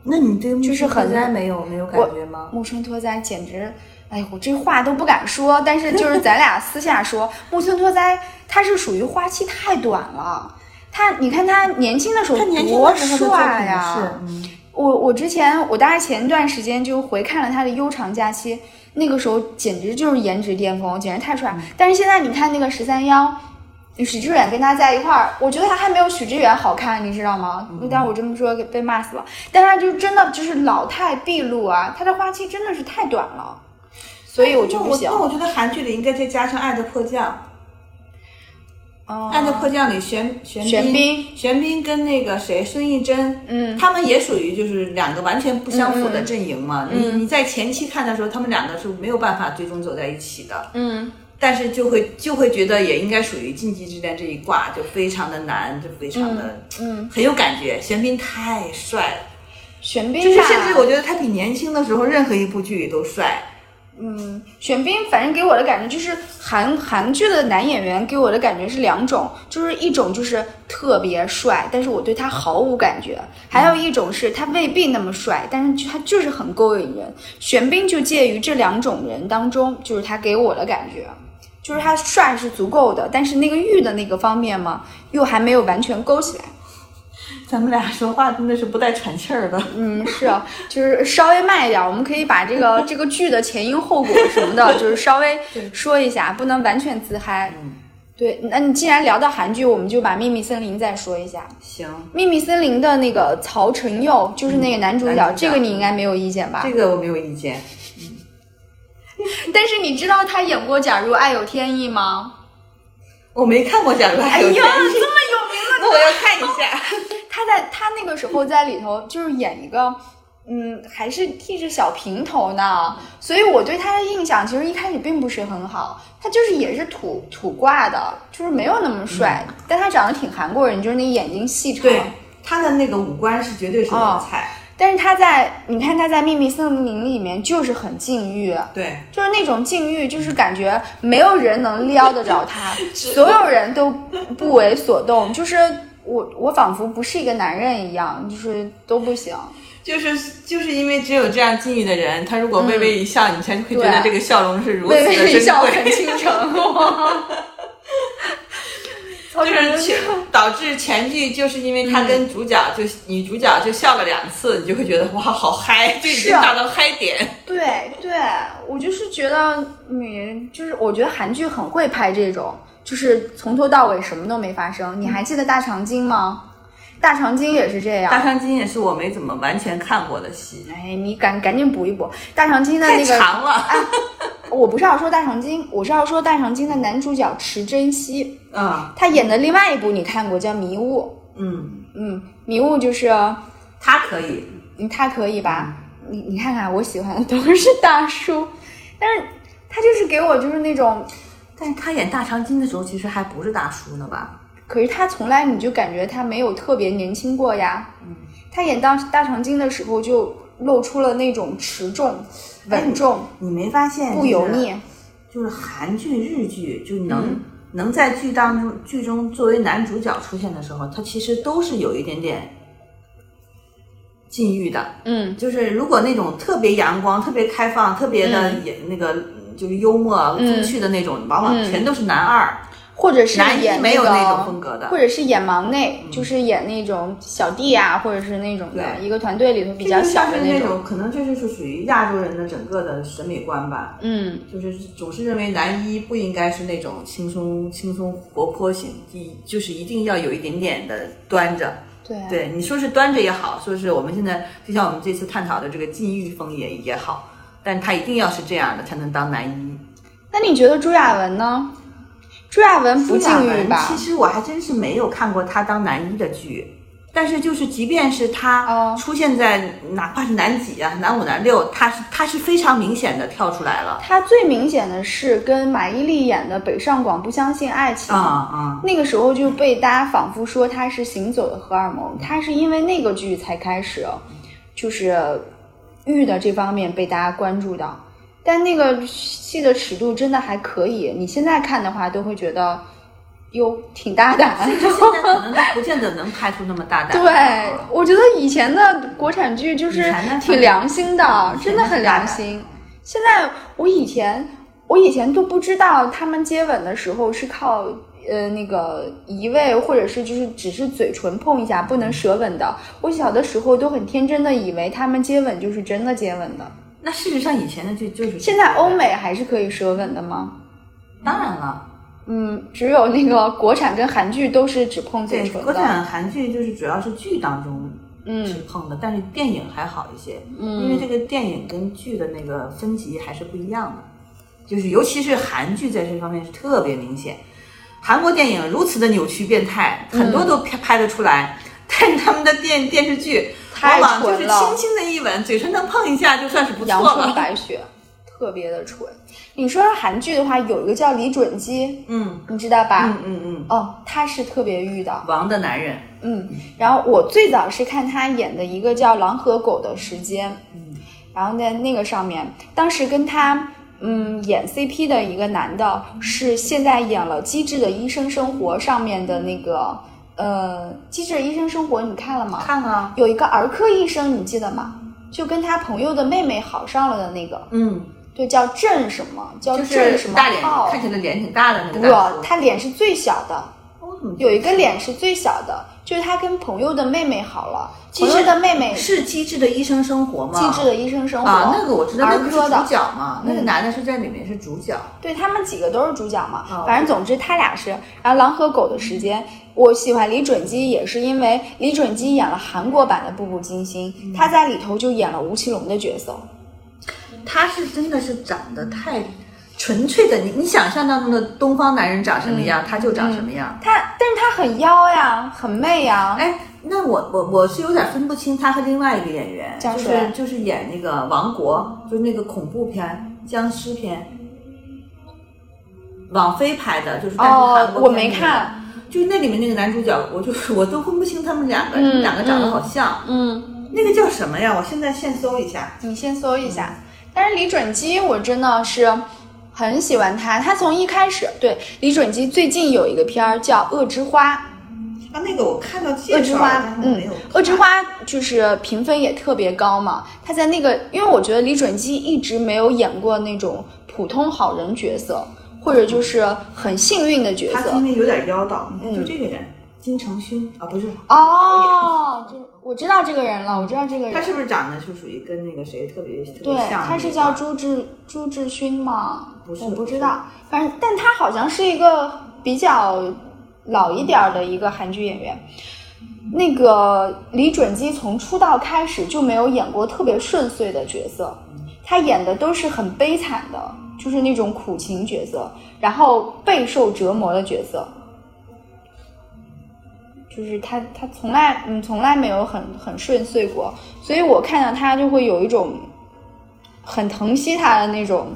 Speaker 1: 那你对
Speaker 2: 就是
Speaker 1: 木村拓
Speaker 2: 很
Speaker 1: 哉没有没有感
Speaker 2: 我
Speaker 1: 觉吗？
Speaker 2: 木村拓哉简直，哎呦，我这话都不敢说，但是就是咱俩私下说， 木村拓哉他是属于花期太短了。他，你看他年轻的时候
Speaker 1: 他年轻
Speaker 2: 多
Speaker 1: 的时候的作
Speaker 2: 帅啊
Speaker 1: 品
Speaker 2: 呀、
Speaker 1: 是，嗯
Speaker 2: 我我之前我大概前段时间就回看了他的《悠长假期》，那个时候简直就是颜值巅峰，简直太
Speaker 1: 嗯
Speaker 2: 帅。但是现在你看那个十三幺，许志远跟他在一块儿，我觉得他还没有许志远好看，你知道吗？
Speaker 1: 嗯
Speaker 2: 但我这么说给被骂死了。但他就真的就是老态毕露啊，他的花期真的是太短了，所哎以我就
Speaker 1: 那
Speaker 2: 不
Speaker 1: 我
Speaker 2: 行
Speaker 1: 那。我觉得韩剧里应该再加上《爱的迫降》。
Speaker 2: 嗯
Speaker 1: 《爱的迫降》里玄玄
Speaker 2: 玄
Speaker 1: 彬
Speaker 2: 彬
Speaker 1: 玄彬跟那个谁孙艺珍，
Speaker 2: 嗯
Speaker 1: 他们也属于就是两个完全不相符的阵营嘛。你你在前期看的时候，他们两个是没有办法最终走在一起的。
Speaker 2: 嗯，
Speaker 1: 但是就会就会觉得也应该属于禁忌之恋这一挂，就非常的难，就非常的
Speaker 2: 嗯
Speaker 1: 很有感觉。玄彬太帅了，
Speaker 2: 玄彬
Speaker 1: 就是
Speaker 2: 吧
Speaker 1: 甚至我觉得他比年轻的时候任何一部剧里都帅。
Speaker 2: 玄彬，反正给我的感觉就是韩韩剧的男演员给我的感觉是两种，就是一种就是特别帅，但是我对他毫无感觉；还有一种是他未必那么帅，但是他就是很勾引人。玄彬就介于这两种人当中，就是他给我的感觉，就是他帅是足够的，但是那个欲的那个方面嘛，又还没有完全勾起来。
Speaker 1: 咱们俩说话真的是不带喘气儿的。
Speaker 2: 嗯，是啊， 就是稍微慢一点，我们可以把这个这个剧的前因后果什么的，就是稍微说一下，不能完全自嗨。
Speaker 1: 嗯
Speaker 2: 对，那你既然聊到韩剧，我们就把《秘密森林》再说一下。
Speaker 1: 行，
Speaker 2: 《秘密森林》的那个曹承佑就是那个男主角，
Speaker 1: 嗯男主角
Speaker 2: 这个你应该没有意见吧？
Speaker 1: 这个我没有意见。
Speaker 2: 但是你知道他演过《假如爱有天意》吗？
Speaker 1: 我没看过《假如爱
Speaker 2: 哎
Speaker 1: 有天
Speaker 2: 呀，
Speaker 1: 意
Speaker 2: 这》么有名 的
Speaker 1: 那我要看一下。
Speaker 2: 他在他那个时候在里头就是演一个，嗯，还是剃着小平头呢，
Speaker 1: 嗯
Speaker 2: 所以我对他的印象其实一开始并不是很好。他就是也是土土挂的，就是没有那么帅，但他长得挺韩国人，就是那眼睛细
Speaker 1: 嗯
Speaker 2: 长。
Speaker 1: 对，他的那个五官是绝对是
Speaker 2: 哦
Speaker 1: 我的菜。
Speaker 2: 但是他在你看他在《秘密森林》里面就是很禁欲，
Speaker 1: 对，
Speaker 2: 就是那种禁欲，就是感觉没有人能撩得着他，所有人都不为所动，就是我我仿佛不是一个男人一样，就是都不行。
Speaker 1: 就是就是因为只有这样境遇的人，他如果微微一笑，你才会觉得
Speaker 2: 嗯
Speaker 1: 这
Speaker 2: 对
Speaker 1: 个笑容是如此
Speaker 2: 微微一
Speaker 1: 的珍
Speaker 2: 笑
Speaker 1: 贵，
Speaker 2: 很倾城。 曹
Speaker 1: 就
Speaker 2: 雪
Speaker 1: 是
Speaker 2: 芹
Speaker 1: 前导致前剧就是因为他跟主角就、女主角就笑了两次，你就会觉得哇好嗨，就已经
Speaker 2: 是啊
Speaker 1: 达到嗨点。
Speaker 2: 对对，我就是觉得你就是，我觉得韩剧很会拍这种，就是从头到尾什么都没发生。你还记得大长今吗？大长今也是这样
Speaker 1: 大。长今也是我没怎么完全看过的戏，
Speaker 2: 哎，你赶赶紧补一补大长今的
Speaker 1: 太
Speaker 2: 那个。
Speaker 1: 长了。
Speaker 2: 我不是要说大长今，我是要说大长今的男主角池珍熙，
Speaker 1: 嗯
Speaker 2: 他演的另外一部你看过叫《迷雾》。
Speaker 1: 嗯，
Speaker 2: 嗯，《迷雾》就是
Speaker 1: 他可以，
Speaker 2: 嗯他可以吧？你你看看，我喜欢的都是大叔，但是他就是给我就是那种
Speaker 1: 但是他演大长今的时候其实还不是大叔呢吧？
Speaker 2: 可是他从来你就感觉他没有特别年轻过呀。嗯他演当大长今的时候就露出了那种持重、稳重、
Speaker 1: 哎你没发现
Speaker 2: 不油腻。嗯
Speaker 1: 就是韩剧、日剧，就能、能在剧当中剧中作为男主角出现的时候，他其实都是有一点点禁欲的。
Speaker 2: 嗯，
Speaker 1: 就是如果那种特别阳光、特别开放、特别
Speaker 2: 嗯
Speaker 1: 的也、那个就是幽默风趣的那种，往往全都是男二。
Speaker 2: 或者是
Speaker 1: 男一
Speaker 2: 演
Speaker 1: 没有
Speaker 2: 个
Speaker 1: 那种风格的嗯
Speaker 2: 或者是演忙内，就是演那种小弟啊，或者是那种的
Speaker 1: 对
Speaker 2: 一个团队里头比较小
Speaker 1: 这
Speaker 2: 的
Speaker 1: 就像是那
Speaker 2: 种。
Speaker 1: 种，可能这就是属于亚洲人的整个的审美观吧，
Speaker 2: 嗯，
Speaker 1: 就是总是认为男一不应该是那种轻松、轻松活泼型，一就是一定要有一点点的端着。
Speaker 2: 对啊
Speaker 1: 对，你说是端着也好，说是我们现在就像我们这次探讨的这个禁欲风也也好，但他一定要是这样的才能当男一。
Speaker 2: 那你觉得朱亚文呢？朱亚文不禁欲吧
Speaker 1: 其？实我还真是没有看过他当男一的剧，但是就是即便是他
Speaker 2: 哦
Speaker 1: 出现在哪怕是男几啊、男五、男六，他是他是非常明显的跳出来了。
Speaker 2: 他最明显的是跟马伊琍演的《北上广不相信爱情》
Speaker 1: 啊啊、
Speaker 2: 那个时候就被大家仿佛说他是行走的荷尔蒙，他是因为那个剧才开始，就是欲的这方面被大家关注到。但那个戏的尺度真的还可以，你现在看的话都会觉得，哟，挺大 胆。
Speaker 1: 就现在可能都不见得能拍出那么大胆。
Speaker 2: 对，我觉得以前的国产剧就是
Speaker 1: 以前的
Speaker 2: 挺良心的，
Speaker 1: 以前的
Speaker 2: 真的很良心。现在我以前我以前都不知道他们接吻的时候是靠呃那个移位，或者是就是只是嘴唇碰一下，不能舌吻的。我小的时候都很天真的以为他们接吻就是真的接吻的。
Speaker 1: 那事实上以前的剧就是
Speaker 2: 现在欧美还是可以舌吻的吗？
Speaker 1: 当然了，
Speaker 2: 嗯，只有那个国产跟韩剧都是只碰嘴
Speaker 1: 对
Speaker 2: 唇
Speaker 1: 国
Speaker 2: 的。
Speaker 1: 产韩剧就是主要是剧当中是
Speaker 2: 嗯
Speaker 1: 碰的，但是电影还好一些，
Speaker 2: 嗯
Speaker 1: 因为这个电影跟剧的那个分级还是不一样的，就是尤其是韩剧在这方面是特别明显。韩国电影如此的扭曲变态，很
Speaker 2: 嗯
Speaker 1: 多都拍拍得出来，但是他们的电电视剧
Speaker 2: 太
Speaker 1: 往往就
Speaker 2: 蠢
Speaker 1: 是
Speaker 2: 了
Speaker 1: 轻轻的一吻，嘴唇能碰一下就算是不
Speaker 2: 阳
Speaker 1: 错
Speaker 2: 春
Speaker 1: 了。
Speaker 2: 白雪，特别的纯。你说韩剧的话，有一个叫李准基，
Speaker 1: 嗯
Speaker 2: 你知道吧
Speaker 1: 嗯？嗯嗯，
Speaker 2: 哦，他是特别欲的，
Speaker 1: 王的男人，
Speaker 2: 嗯。然后我最早是看他演的一个叫《狼和狗的时间》，
Speaker 1: 嗯，
Speaker 2: 然后在那个上面，当时跟他嗯演 CP 的一个男的，是现在演了《机智的医生生活》上面的那个呃，《机智的医生生活》，你看了吗？
Speaker 1: 看了，啊
Speaker 2: 有一个儿科医生，你记得吗？就跟他朋友的妹妹好上了的那个，
Speaker 1: 嗯，
Speaker 2: 对，叫郑什么，叫
Speaker 1: 就
Speaker 2: 郑
Speaker 1: 是
Speaker 2: 什么啊
Speaker 1: 大脸，
Speaker 2: 浩，
Speaker 1: 看起来脸挺大的那
Speaker 2: 不
Speaker 1: 个大叔，，
Speaker 2: 他脸是最小的，
Speaker 1: 我怎么觉得
Speaker 2: 有一个脸是最小的，就是他跟朋友的妹妹好了，
Speaker 1: 其
Speaker 2: 朋
Speaker 1: 实
Speaker 2: 友的妹妹
Speaker 1: 是《机智的医生生活》吗？
Speaker 2: 机智的医生生活，
Speaker 1: 啊，那个我知道，那
Speaker 2: 儿
Speaker 1: 个是
Speaker 2: 科
Speaker 1: 主
Speaker 2: 的，
Speaker 1: 角嘛，那个
Speaker 2: 嗯
Speaker 1: 男的是在里面是主角。
Speaker 2: 对他们几个都是主角嘛，
Speaker 1: 哦
Speaker 2: 反正总之他俩是。然后《狼和狗的时间》，我喜欢李准基也是因为李准基演了韩国版的《步步惊心》，
Speaker 1: 嗯
Speaker 2: 他在里头就演了吴奇隆的角色，
Speaker 1: 他是真的是长得太纯粹的，你你想象当中的东方男人长
Speaker 2: 嗯
Speaker 1: 什么样，他就长什么样。
Speaker 2: 他但是他很妖呀，很媚呀，
Speaker 1: 哎，那我我我是有点分不清他和另外一个演员，
Speaker 2: 叫
Speaker 1: 就是
Speaker 2: 谁
Speaker 1: 就是演那个《王国》，就是那个恐怖片、僵尸片，网飞拍的，就是但是韩
Speaker 2: 哦，
Speaker 1: 国
Speaker 2: 我
Speaker 1: 片
Speaker 2: 没
Speaker 1: 里面
Speaker 2: 看。，
Speaker 1: 就是那里面那个男主角，我就是我都分不清他们两个，
Speaker 2: 嗯
Speaker 1: 两个长得
Speaker 2: 嗯
Speaker 1: 好像。
Speaker 2: 嗯，
Speaker 1: 那个叫什么呀？我现在现搜一下。
Speaker 2: 你先搜一下。但是李准基，我真的是很喜欢他。他从一开始对李准基最近有一个片儿叫《恶之花》，
Speaker 5: 啊，那个我看到介
Speaker 2: 恶之
Speaker 5: 绍，
Speaker 2: 花
Speaker 5: 但，是我
Speaker 2: 嗯
Speaker 5: 没有看，
Speaker 2: 恶之花就是评分也特别高嘛。他在那个，因为我觉得李准基一直没有演过那种普通好人角色，或者就是很幸运的角
Speaker 5: 他
Speaker 2: 色
Speaker 5: 今。天有点妖道，
Speaker 2: 嗯
Speaker 5: 就这个人，金承勋啊，不是，
Speaker 2: 哦，这我知道这个人了，我知道这个
Speaker 5: 他
Speaker 2: 人。
Speaker 5: 是不是长得就属于跟那个谁特别特别
Speaker 2: 对，
Speaker 5: 像？
Speaker 2: 他是叫朱志朱志勋吗？
Speaker 5: 不是
Speaker 2: 我不知道，反正但他好像是一个比较老一点儿的一个韩剧演员。那个李准基从出道开始就没有演过特别顺遂的角色，他演的都是很悲惨的，就是那种苦情角色，然后备受折磨的角色。就是他，他从来嗯从来没有很很顺遂过，所以我看到他就会有一种很疼惜他的那种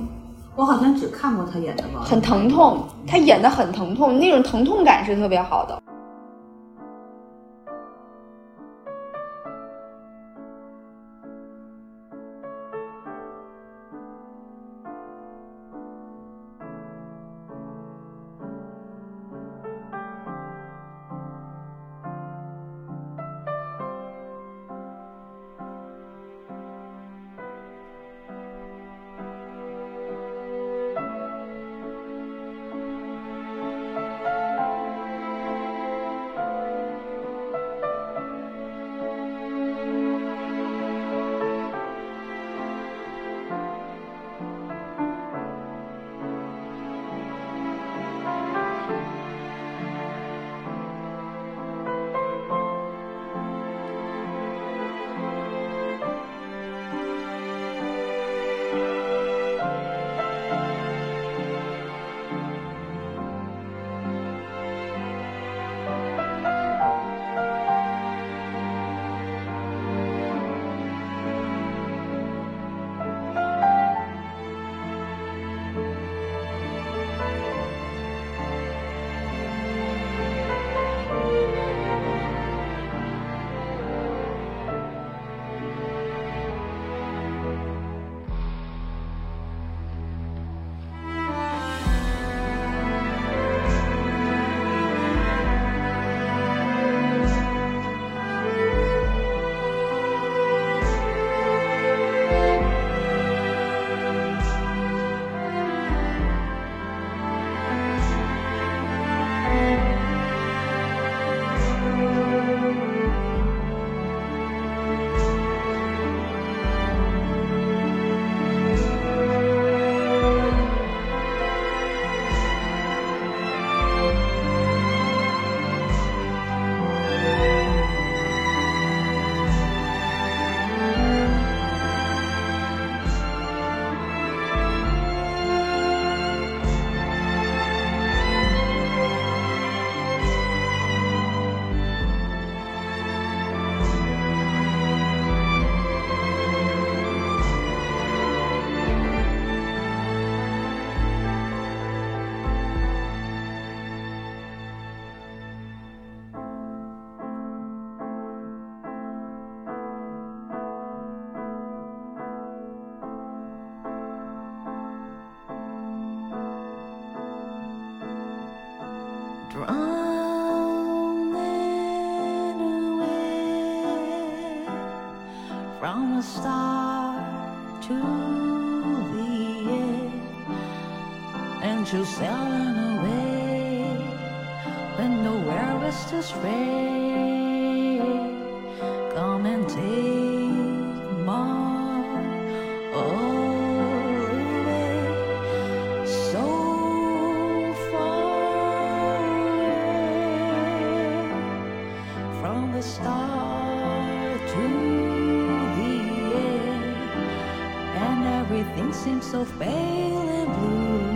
Speaker 1: 我好像只看过他演的吧。
Speaker 2: 很疼痛，他演的很疼痛，那种疼痛感是特别好的。
Speaker 3: Drowning away from the start to the end, and you sailing away when nowhere is to stray. Come and take my all away so far from the start to the end, and everything seems so pale and blue.